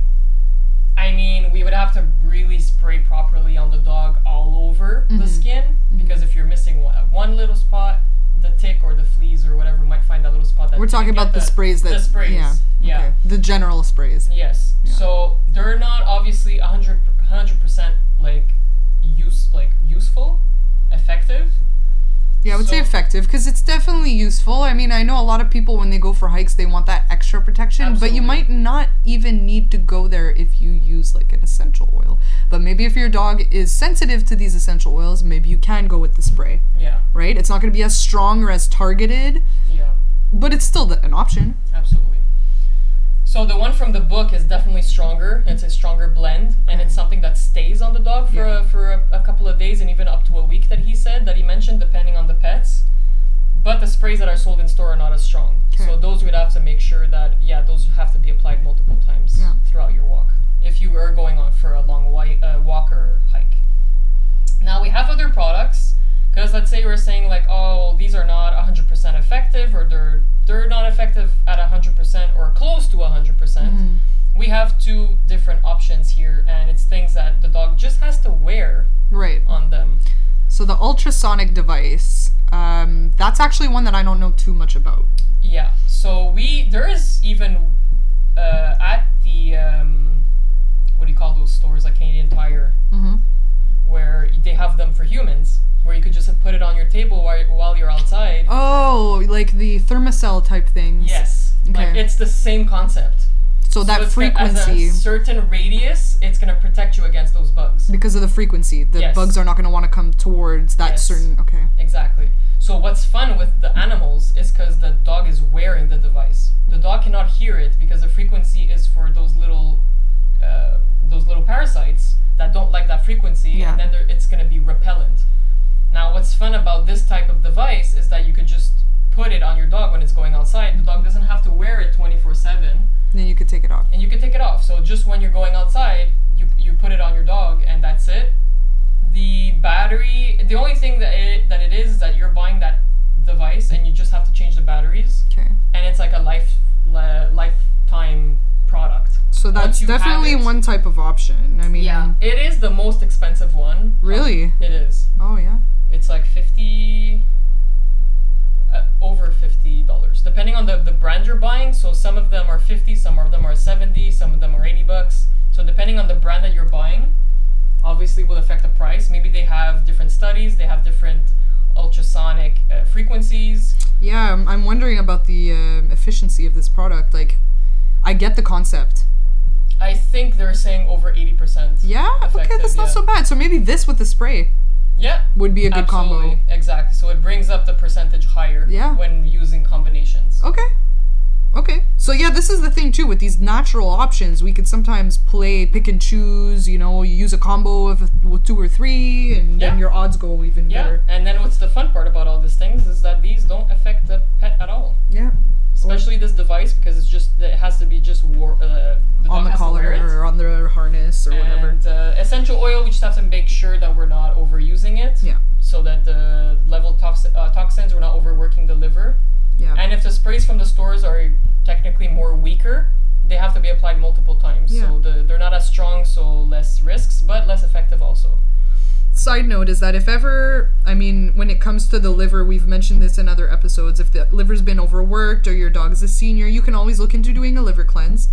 Speaker 1: I mean, we would have to really spray properly on the dog all over the
Speaker 2: Mhm.
Speaker 1: skin because if you're missing one, uh, one little spot, the tick or the fleas or whatever might find that little spot. That
Speaker 2: We're talking
Speaker 1: didn't get
Speaker 2: about the, sprays that
Speaker 1: the sprays.
Speaker 2: yeah,
Speaker 1: yeah.
Speaker 2: okay, the general sprays.
Speaker 1: Yes.
Speaker 2: Yeah.
Speaker 1: So they're not obviously 100 percent like use like useful, effective.
Speaker 2: Yeah, I would say
Speaker 1: So-
Speaker 2: effective because it's definitely useful. I mean, I know a lot of people when they go for hikes, they want that extra protection, but you
Speaker 1: Absolutely.
Speaker 2: might not even need to go there if you use like an essential oil. But maybe if your dog is sensitive to these essential oils, maybe you can go with the spray,
Speaker 1: Yeah.
Speaker 2: right? It's not going to be as strong or as targeted,
Speaker 1: Yeah.
Speaker 2: but it's still the, an option.
Speaker 1: Absolutely. So the one from the book is definitely stronger. It's a stronger blend, and it's something that stays on the dog for
Speaker 2: Mm-hmm. Yeah.
Speaker 1: a, for a, a couple of days and even up to a week. That he said that he mentioned, depending on the pets. But the sprays that are sold in store are not as strong. So
Speaker 2: Okay.
Speaker 1: those would have to make sure that yeah, those have to be applied multiple times
Speaker 2: Yeah.
Speaker 1: throughout your walk if you are going on for a long wi- uh, walk or hike. Now we have other products because let's say we're saying like, oh, these are not 100% effective, or they're they're not effective at 100% or close to 100%. percent
Speaker 2: Mhm.
Speaker 1: We have two different options here, and it's things that the dog just has to wear
Speaker 2: Right.
Speaker 1: on them.
Speaker 2: So the ultrasonic device, um, that's actually one that I don't know too much about.
Speaker 1: Yeah. So we there is even uh, at the um, what do you call those stores like Canadian Tire
Speaker 2: Mm-hmm.
Speaker 1: where they have them for humans, where you could just put it on your table while while you're outside.
Speaker 2: Oh, like the thermocell type things.
Speaker 1: Yes. Like
Speaker 2: Okay.
Speaker 1: it's the same concept.
Speaker 2: So that
Speaker 1: it's gonna-
Speaker 2: frequency.
Speaker 1: as a certain radius, it's gonna protect you against those bugs.
Speaker 2: because of the frequency the
Speaker 1: Yes.
Speaker 2: bugs are not going to want to come towards that
Speaker 1: Yes.
Speaker 2: certain okay
Speaker 1: Exactly. So what's fun with the animals is because the dog is wearing the device. The dog cannot hear it because the frequency is for those little, uh, those little parasites that don't like that frequency,
Speaker 2: Yeah.
Speaker 1: and then they're- it's gonna be repellent. Now, what's fun about this type of device is that you could just put it on your dog when it's going outside. The dog doesn't have to wear it twenty four seven.
Speaker 2: then you could take it off
Speaker 1: and you can take it off. So just when you're going outside, you you put it on your dog, and that's it. The battery, the only thing that it that it is, is that you're buying that device, and you just have to change the batteries,
Speaker 2: okay
Speaker 1: and it's like a life li- lifetime product.
Speaker 2: so
Speaker 1: Once
Speaker 2: that's
Speaker 1: you have
Speaker 2: definitely
Speaker 1: it-
Speaker 2: one type of option i mean
Speaker 1: it is the most expensive one.
Speaker 2: really
Speaker 1: It is.
Speaker 2: oh yeah
Speaker 1: It's like fifty. Uh, over fifty dollars, depending on the, the brand you're buying. So some of them are fifty, some of them are seventy, some of them are eighty bucks. So depending on the brand that you're buying, obviously will affect the price. Maybe they have different studies, they have different ultrasonic uh, frequencies.
Speaker 2: yeah i'm, I'm wondering about the um, efficiency of this product like i get the concept
Speaker 1: I think they're saying over eighty percent.
Speaker 2: yeah okay
Speaker 1: Effective,
Speaker 2: that's not
Speaker 1: yeah.
Speaker 2: so bad so maybe this with the spray
Speaker 1: Yeah,
Speaker 2: would be a good
Speaker 1: absolutely,
Speaker 2: combo
Speaker 1: exactly. So it brings up the percentage higher.
Speaker 2: Yeah.
Speaker 1: when using combinations.
Speaker 2: okay okay so yeah this is the thing too with these natural options we could sometimes play pick and choose you know you use a combo of with two or three and
Speaker 1: Yeah.
Speaker 2: then your odds go even
Speaker 1: Yeah,
Speaker 2: better
Speaker 1: and then what's the fun part about all these things is that these don't affect the pet at all,
Speaker 2: yeah
Speaker 1: especially this device because it's just it has to be just wore uh, the dog
Speaker 2: on the
Speaker 1: has to
Speaker 2: collar
Speaker 1: wear it.
Speaker 2: or on the harness or whatever.
Speaker 1: And uh, essential oil, we just have to make sure that we're not overusing it.
Speaker 2: Yeah.
Speaker 1: So that the level toxi- uh, toxins, we're not overworking the liver.
Speaker 2: Yeah,
Speaker 1: sprays from the stores are technically more weaker. They have to be applied multiple times, so the, they're not as strong, so less risks, but less effective also.
Speaker 2: Side note is that if ever, I mean, when it comes to the liver, we've mentioned this in other episodes. If the liver's been overworked or your dog's a senior, you can always look into doing a liver cleanse.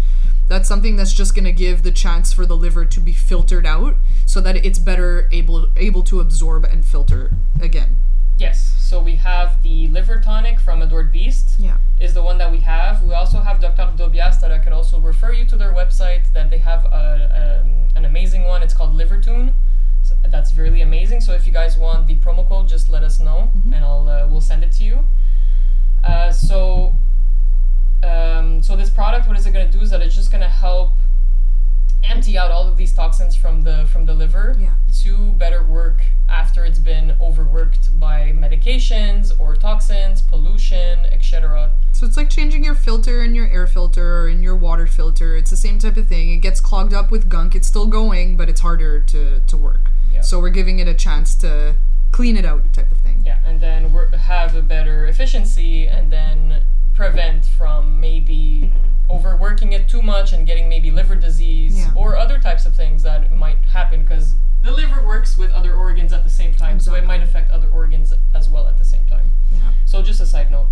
Speaker 2: That's something that's just going to give the chance for the liver to be filtered out so that it's better able able to absorb and filter again.
Speaker 1: Yes, so we have the liver tonic from Adored Beast.
Speaker 2: Yeah.
Speaker 1: is the one that we have. We also have Dr. Dobias that I could also refer you to their website that they have a, um, an amazing one. It's called Livertune. So that's really amazing. So if you guys want the promo code, just let us know and I'll uh, we'll send it to you. Uh, so um, so this product, what is it going to do? Is that it's just going to help empty out all of these toxins from the from the liver
Speaker 2: Yeah.
Speaker 1: to better work after it's been overworked by medications or toxins, pollution, etc.
Speaker 2: So it's like changing your filter in your air filter or in your water filter. It's the same type of thing. It gets clogged up with gunk. It's still going, but it's harder to, to work.
Speaker 1: Yeah.
Speaker 2: So we're giving it a chance to clean it out type of thing.
Speaker 1: Yeah, and then we have a better efficiency, and then prevent from maybe overworking it too much and getting maybe liver disease
Speaker 2: Yeah.
Speaker 1: or other types of things that might happen because the liver works with other organs at the same time, so it might affect other organs as well at the same time.
Speaker 2: Yeah.
Speaker 1: So just a side note.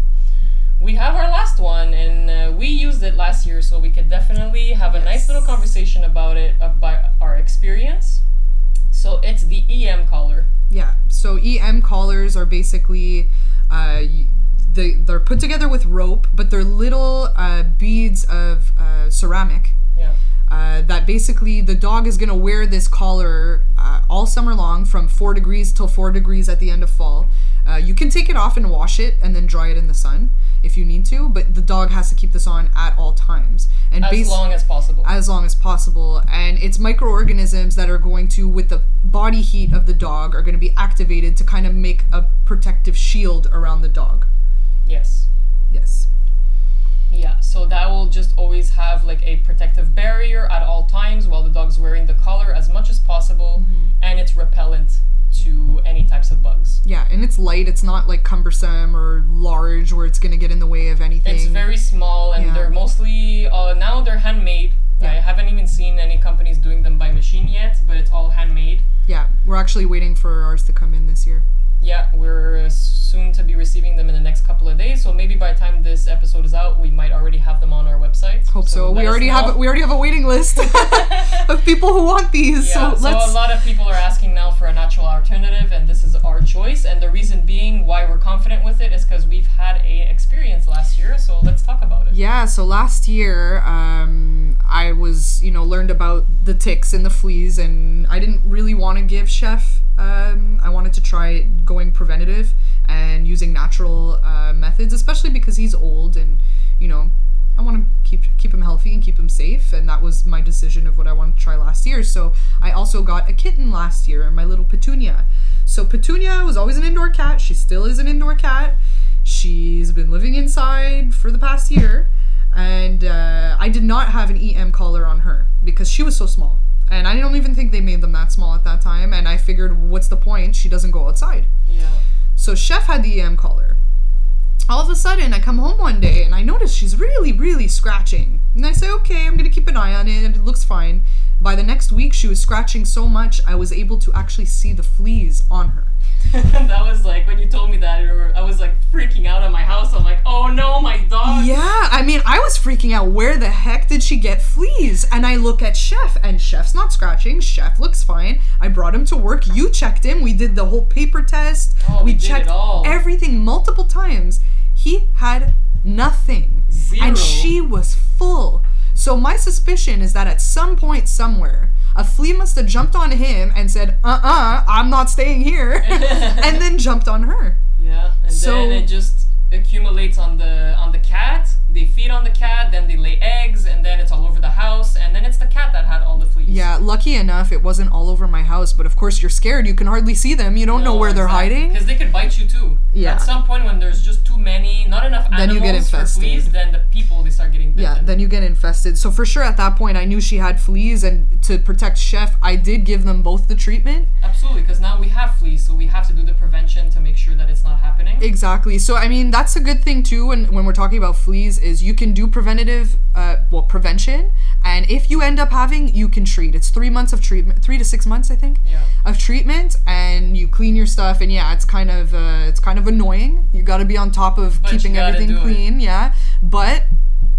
Speaker 1: We have our last one, and uh, we used it last year, so we could definitely have a nice little conversation about it, about our experience. So it's the E EM collar.
Speaker 2: Yeah. So EM collars are basically, uh, y- they they're put together with rope, but they're little uh, beads of uh, ceramic.
Speaker 1: Yeah.
Speaker 2: Uh, that basically the dog is gonna wear this collar uh, all summer long, from four degrees till four degrees at the end of fall. Uh, you can take it off and wash it, and then dry it in the sun if you need to. But the dog has to keep this on at all times, and
Speaker 1: As
Speaker 2: bas-
Speaker 1: long as possible.
Speaker 2: as long as possible and it's microorganisms that are going to with the body heat of the dog are going to be activated to kind of make a protective shield around the dog
Speaker 1: yes.
Speaker 2: yes
Speaker 1: Yeah, so that will just always have like a protective barrier at all times while the dog's wearing the collar as much as possible,
Speaker 2: Mm-hmm.
Speaker 1: and it's repellent to any types of bugs.
Speaker 2: yeah and it's light it's not like cumbersome or large where it's going to get in the way of anything
Speaker 1: It's very small, and
Speaker 2: Yeah.
Speaker 1: they're mostly uh, now they're handmade. I haven't even seen any companies doing them by machine yet, but it's all handmade.
Speaker 2: yeah we're actually waiting for ours to come in this year
Speaker 1: Yeah, we're uh, soon to be receiving them in the next couple of days, so maybe by the time this episode is out, we might already have them on our website.
Speaker 2: hope so,
Speaker 1: let
Speaker 2: we
Speaker 1: us
Speaker 2: already
Speaker 1: know.
Speaker 2: have we already have a waiting list of people who want these
Speaker 1: Yeah,
Speaker 2: so
Speaker 1: so,
Speaker 2: let's
Speaker 1: a lot of people are asking now for a natural alternative, and this is our choice. And the reason being why we're confident with it is because we've had a experience last year. So let's talk about it.
Speaker 2: Yeah, so last year um, I was, you know, learned about the ticks and the fleas, and I didn't really want to give chef. Um, I wanted to try going preventative and using natural uh, methods, especially because he's old, and you know, I want to keep keep him healthy and keep him safe, and that was my decision of what I wanted to try last year. So I also got a kitten last year, my little Petunia. So Petunia was always an indoor cat. She still is an indoor cat. She's been living inside for the past year, and uh, I did not have an EM collar on her because she was so small. And I don't even think they made them that small at that time. And I figured, what's the point? She doesn't go outside.
Speaker 1: Yeah.
Speaker 2: So Chef had the EM collar. All of a sudden, I come home one day and I notice she's really, really scratching. And I say, okay, I'm gonna keep an eye on it, and it looks fine. By the next week, she was scratching so much, I was able to actually see the fleas on her.
Speaker 1: that was like when you told me that, you were- I was like freaking out at my house. I'm like, oh no, my dog.
Speaker 2: Yeah, I mean, I was freaking out. Where the heck did she get fleas? And I look at Chef, and Chef's not scratching. Chef looks fine. I brought him to work. You checked him. We did the whole paper test.
Speaker 1: Oh, we did it
Speaker 2: checked
Speaker 1: all.
Speaker 2: everything multiple times. He had nothing.
Speaker 1: Zero.
Speaker 2: And she was full. So my suspicion is that at some point somewhere, a flea must have jumped on him and said, "Uh-uh, I'm not staying here," and then jumped on her.
Speaker 1: Yeah, and
Speaker 2: So-
Speaker 1: then it just accumulates on the on the cat. They feed on the cat, then they lay eggs, and then it's all over the house, and then it's the cat that had all the fleas.
Speaker 2: Yeah, lucky enough, it wasn't all over my house, but of course you're scared. You can hardly see them. You don't know where they're hiding.
Speaker 1: Because they could bite you too.
Speaker 2: Yeah.
Speaker 1: At some point, when there's just too many, not enough animals
Speaker 2: Then you get
Speaker 1: for fleas,
Speaker 2: infested.
Speaker 1: then the people they start getting bitten.
Speaker 2: Yeah, then you get infested. So for sure at that point I knew she had fleas and to protect Chef, I did give them both the treatment.
Speaker 1: Absolutely, because now we have fleas, so we have to do the prevention to make sure that it's not happening.
Speaker 2: Exactly. So I mean that's a good thing too when when we're talking about fleas is you can do preventative uh well prevention and if you end up having you can treat. It's 3 months of treatment 3 to 6 months I think
Speaker 1: Yeah.
Speaker 2: of treatment and you clean your stuff and yeah, it's kind of uh it's kind of annoying. You got to be on top of
Speaker 1: But you
Speaker 2: keeping
Speaker 1: gotta
Speaker 2: everything
Speaker 1: do it.
Speaker 2: clean, yeah. But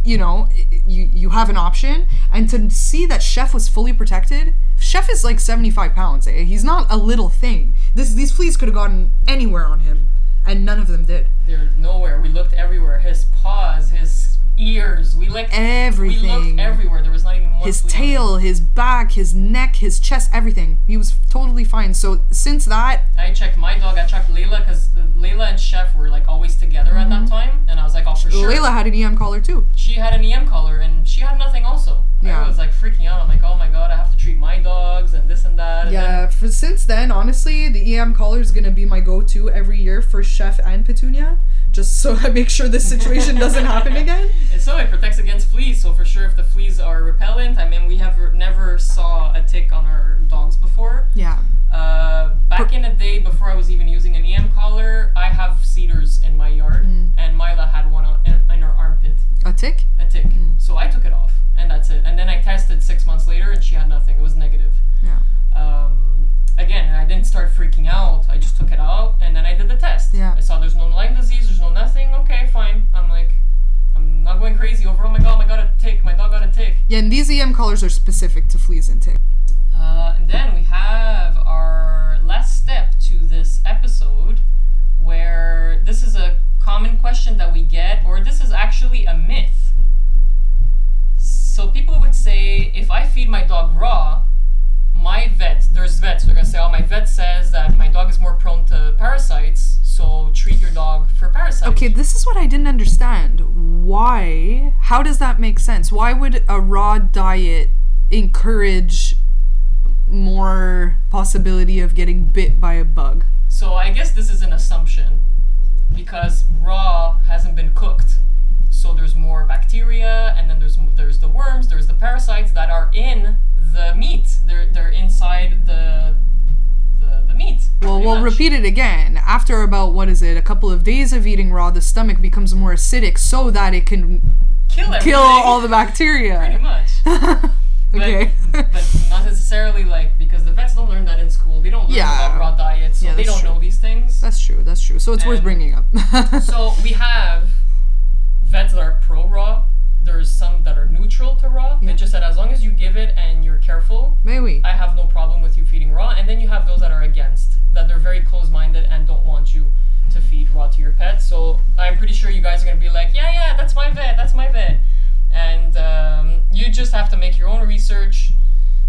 Speaker 2: you know, i- i- you you have an option and to see that chef was fully protected. Chef is like 75 pounds. Eh? He's not a little thing. This these fleas could have gotten anywhere on him and none of them did.
Speaker 1: They're nowhere. We looked everywhere. His paws, his ears. We looked.
Speaker 2: Everything.
Speaker 1: We looked everywhere. There was not even one.
Speaker 2: his
Speaker 1: flea on him.
Speaker 2: tail, his back, his neck, his chest, everything. He was totally fine. So since that,
Speaker 1: I checked my dog. I checked Layla because Layla and Chef were like always together at that time, and I was like, oh for sure.
Speaker 2: Mm-hmm. Layla had an EM collar too.
Speaker 1: She had an EM collar and she had nothing also.
Speaker 2: Yeah.
Speaker 1: I was like freaking out. I'm like, oh my god, I have to treat my dogs and this and that. And then-
Speaker 2: Yeah, for, since then, honestly, the EM collar is gonna be my go-to every year for Chef and Petunia, just so I make sure this situation doesn't happen again.
Speaker 1: And so it protects against fleas. So for sure, if the fleas are repellent, I mean, we have r- never saw a tick on our dogs before.
Speaker 2: Yeah.
Speaker 1: Uh, back in the day, before I was even using an EM collar, I have cedars in my yard, and Mila had one on, in, in her armpit,
Speaker 2: A tick?
Speaker 1: a tick. So I took it off, and that's it. And then I tested six months later, and she had nothing. It was negative.
Speaker 2: Yeah.
Speaker 1: Um, again, I didn't start freaking out. I just took it out, and then I did the test.
Speaker 2: Yeah.
Speaker 1: I saw there's no Lyme disease, there's no nothing. Okay, fine. I'm like, I'm not going crazy over. Oh my god, my god, a tick. My dog got a tick.
Speaker 2: Yeah, and these EM collars are specific to fleas and ticks.
Speaker 1: Uh, and then we have our last step to this episode where this is a common question that we get, or this is actually a myth. So people would say if I feed my dog raw, my vet, there's vets, they're gonna say, oh, my vet says that my dog is more prone to parasites, so treat your dog for parasites.
Speaker 2: Okay, this is what I didn't understand. Why? How does that make sense? Why would a raw diet encourage more possibility of getting bit by a bug?
Speaker 1: So I guess this is an assumption because raw hasn't been cooked. So there's more bacteria, and then there's there's the worms, there's the parasites that are in the meat. They're they're inside the the, the meat.
Speaker 2: Well,
Speaker 1: pretty
Speaker 2: we'll
Speaker 1: much.
Speaker 2: repeat it again. After about what is it, a couple of days of eating raw, the stomach becomes more acidic so that it can
Speaker 1: kill everything,
Speaker 2: kill all the
Speaker 1: pretty
Speaker 2: bacteria.
Speaker 1: much. But,
Speaker 2: okay.
Speaker 1: but not necessarily like because the vets don't learn that in school. They don't learn
Speaker 2: Yeah.
Speaker 1: about raw diets, so
Speaker 2: Yeah,
Speaker 1: they
Speaker 2: that's
Speaker 1: don't
Speaker 2: true.
Speaker 1: know these things.
Speaker 2: that's true. That's true. So it's worth
Speaker 1: And-
Speaker 2: bringing up.
Speaker 1: So we have vets that are pro raw. There's some that are neutral to raw.
Speaker 2: Yeah.
Speaker 1: They just said as long as you give it and you're careful,
Speaker 2: Maybe.
Speaker 1: I have no problem with you feeding raw. And then you have those that are against, that they're very close-minded and don't want you to feed raw to your pet. So I'm pretty sure you guys are gonna be like, yeah, yeah, that's my vet, that's my vet. And um, you just have to make your own research.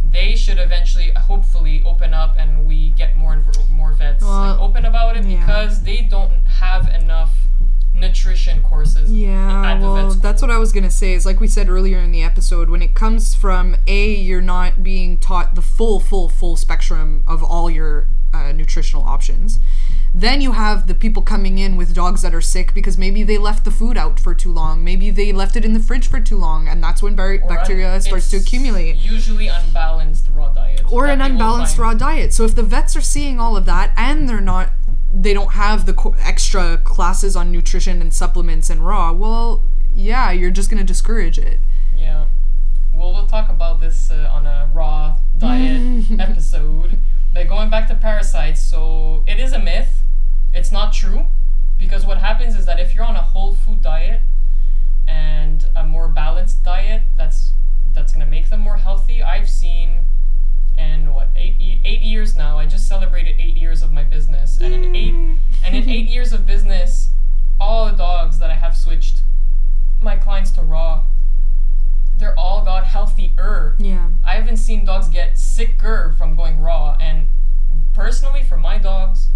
Speaker 1: They should eventually, hopefully, open up, and we get more and more vets like,
Speaker 2: Well,
Speaker 1: open about it
Speaker 2: yeah.
Speaker 1: because they don't have enough nutrition courses.
Speaker 2: Yeah,
Speaker 1: at the vet
Speaker 2: well, that's
Speaker 1: school.
Speaker 2: what I was gonna say. Is like we said earlier in the episode, when it comes from a, you're not being taught the full, full, full spectrum of all your uh, nutritional options. Then you have the people coming in with dogs that are sick because maybe they left the food out for too long, maybe they left it in the fridge for too long, and that's when bar-
Speaker 1: Or un-
Speaker 2: bacteria starts to
Speaker 1: it's
Speaker 2: accumulate
Speaker 1: Usually unbalanced raw diet.
Speaker 2: or an unbalanced raw diet. So if the vets are seeing all of that and they're not, they don't have the co- extra classes on nutrition and supplements and raw. Well, yeah, you're just gonna discourage it.
Speaker 1: Yeah. Well, we'll talk about this uh, on a raw diet episode. But going back to parasites, so it is a myth. It's not true. Because what happens is that if you're on a whole food diet and a more balanced diet, that's that's going to make them more healthy. I've seen in what eight, ye- eight years now. I just celebrated eight years of my business, and in eight and in eight years of business, all the dogs that I have switched my clients to raw, they're all got healthier.
Speaker 2: Yeah,
Speaker 1: I haven't seen dogs get sicker from going raw, and personally, for my dogs,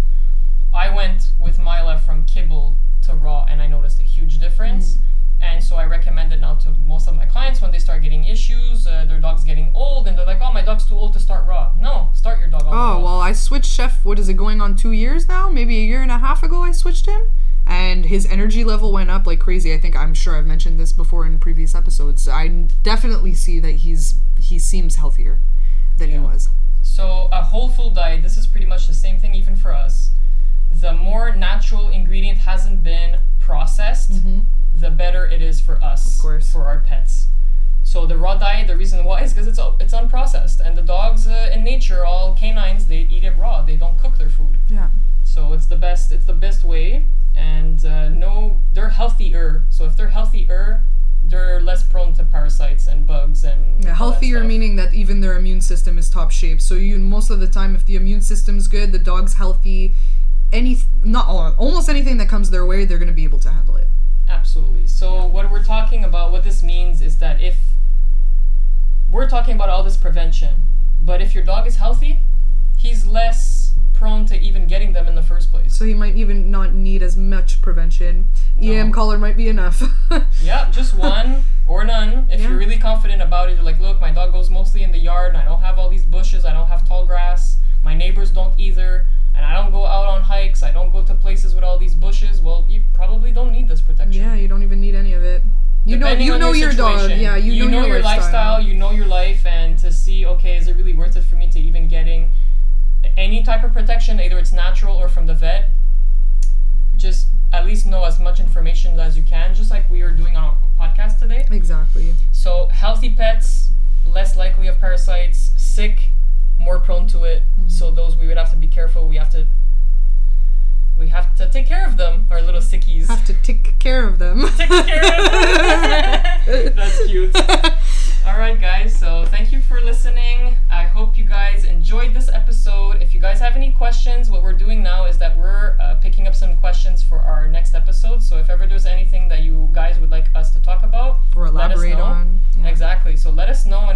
Speaker 1: I went with Mila from kibble to raw, and I noticed a huge difference.
Speaker 2: Mm.
Speaker 1: And so I recommend it now to most of my clients when they start getting issues, uh, their dog's getting old, and they're like, "Oh, my dog's too old to start raw." No, start your dog. On raw.
Speaker 2: Oh well, I switched chef. What is it going on two years now? Maybe a year and a half ago, I switched him, and his energy level went up like crazy. I think I'm sure I've mentioned this before in previous episodes. I definitely see that he's he seems healthier than he
Speaker 1: Yeah.
Speaker 2: was.
Speaker 1: So a whole food diet, this is pretty much the same thing even for us. the more natural ingredient hasn't been processed,
Speaker 2: Mhm.
Speaker 1: the better it is for us,
Speaker 2: Of course.
Speaker 1: for our pets. So the raw diet, the reason why is because it's it's unprocessed, and the dogs uh, in nature, all canines, they eat it raw. They don't cook their food,
Speaker 2: Yeah.
Speaker 1: so it's the best. It's the best way, and uh, no, they're healthier. So if they're healthier, they're less prone to parasites and bugs and all
Speaker 2: Yeah,
Speaker 1: that
Speaker 2: healthier
Speaker 1: stuff.
Speaker 2: meaning that even their immune system is top shape. So you most of the time, if the immune system's good, the dog's healthy. Any not all, almost anything that comes their way, they're gonna be able to handle it.
Speaker 1: Absolutely. So what we're talking about, what this means is that if we're talking about all this prevention, but if your dog is healthy, he's less prone to even getting them in the first place.
Speaker 2: So he might even not need as much prevention. EM
Speaker 1: No.
Speaker 2: collar might be enough.
Speaker 1: Yeah, just one or none. If
Speaker 2: Yeah.
Speaker 1: you're really confident about it, you're like, look, my dog goes mostly in the yard, and I don't have all these bushes, I don't have tall grass, my neighbors don't either, and I don't go out on hikes, I don't go to places with all these bushes. Well, you probably don't need this protection.
Speaker 2: Yeah, you don't even need any of it. You
Speaker 1: Depending
Speaker 2: know, you
Speaker 1: on
Speaker 2: know your, dog.
Speaker 1: situation.
Speaker 2: Yeah, you, know, your, lifestyle.
Speaker 1: you know your life, and to see, okay, is it really worth it for me to even getting any type of protection, either it's natural or from the vet? Just at least know as much information as you can, just like we are doing on our podcast today.
Speaker 2: Exactly.
Speaker 1: So, healthy pets, less likely of parasites, sick, more prone to it.
Speaker 2: Mm-hmm.
Speaker 1: So, those we would have to be careful. We have to. We have to take care of them, our little sickies.
Speaker 2: Have to take care of them.
Speaker 1: Take care of them. That's cute. All right, guys. So thank you for listening. I hope you guys enjoyed this episode. If you guys have any questions, what we're doing now is that we're uh, picking up some questions for our next episode. So if ever there's anything that you guys would like us to talk about,
Speaker 2: or
Speaker 1: let us
Speaker 2: elaborate
Speaker 1: know.
Speaker 2: on. Yeah.
Speaker 1: Exactly. So let us know uh, uh,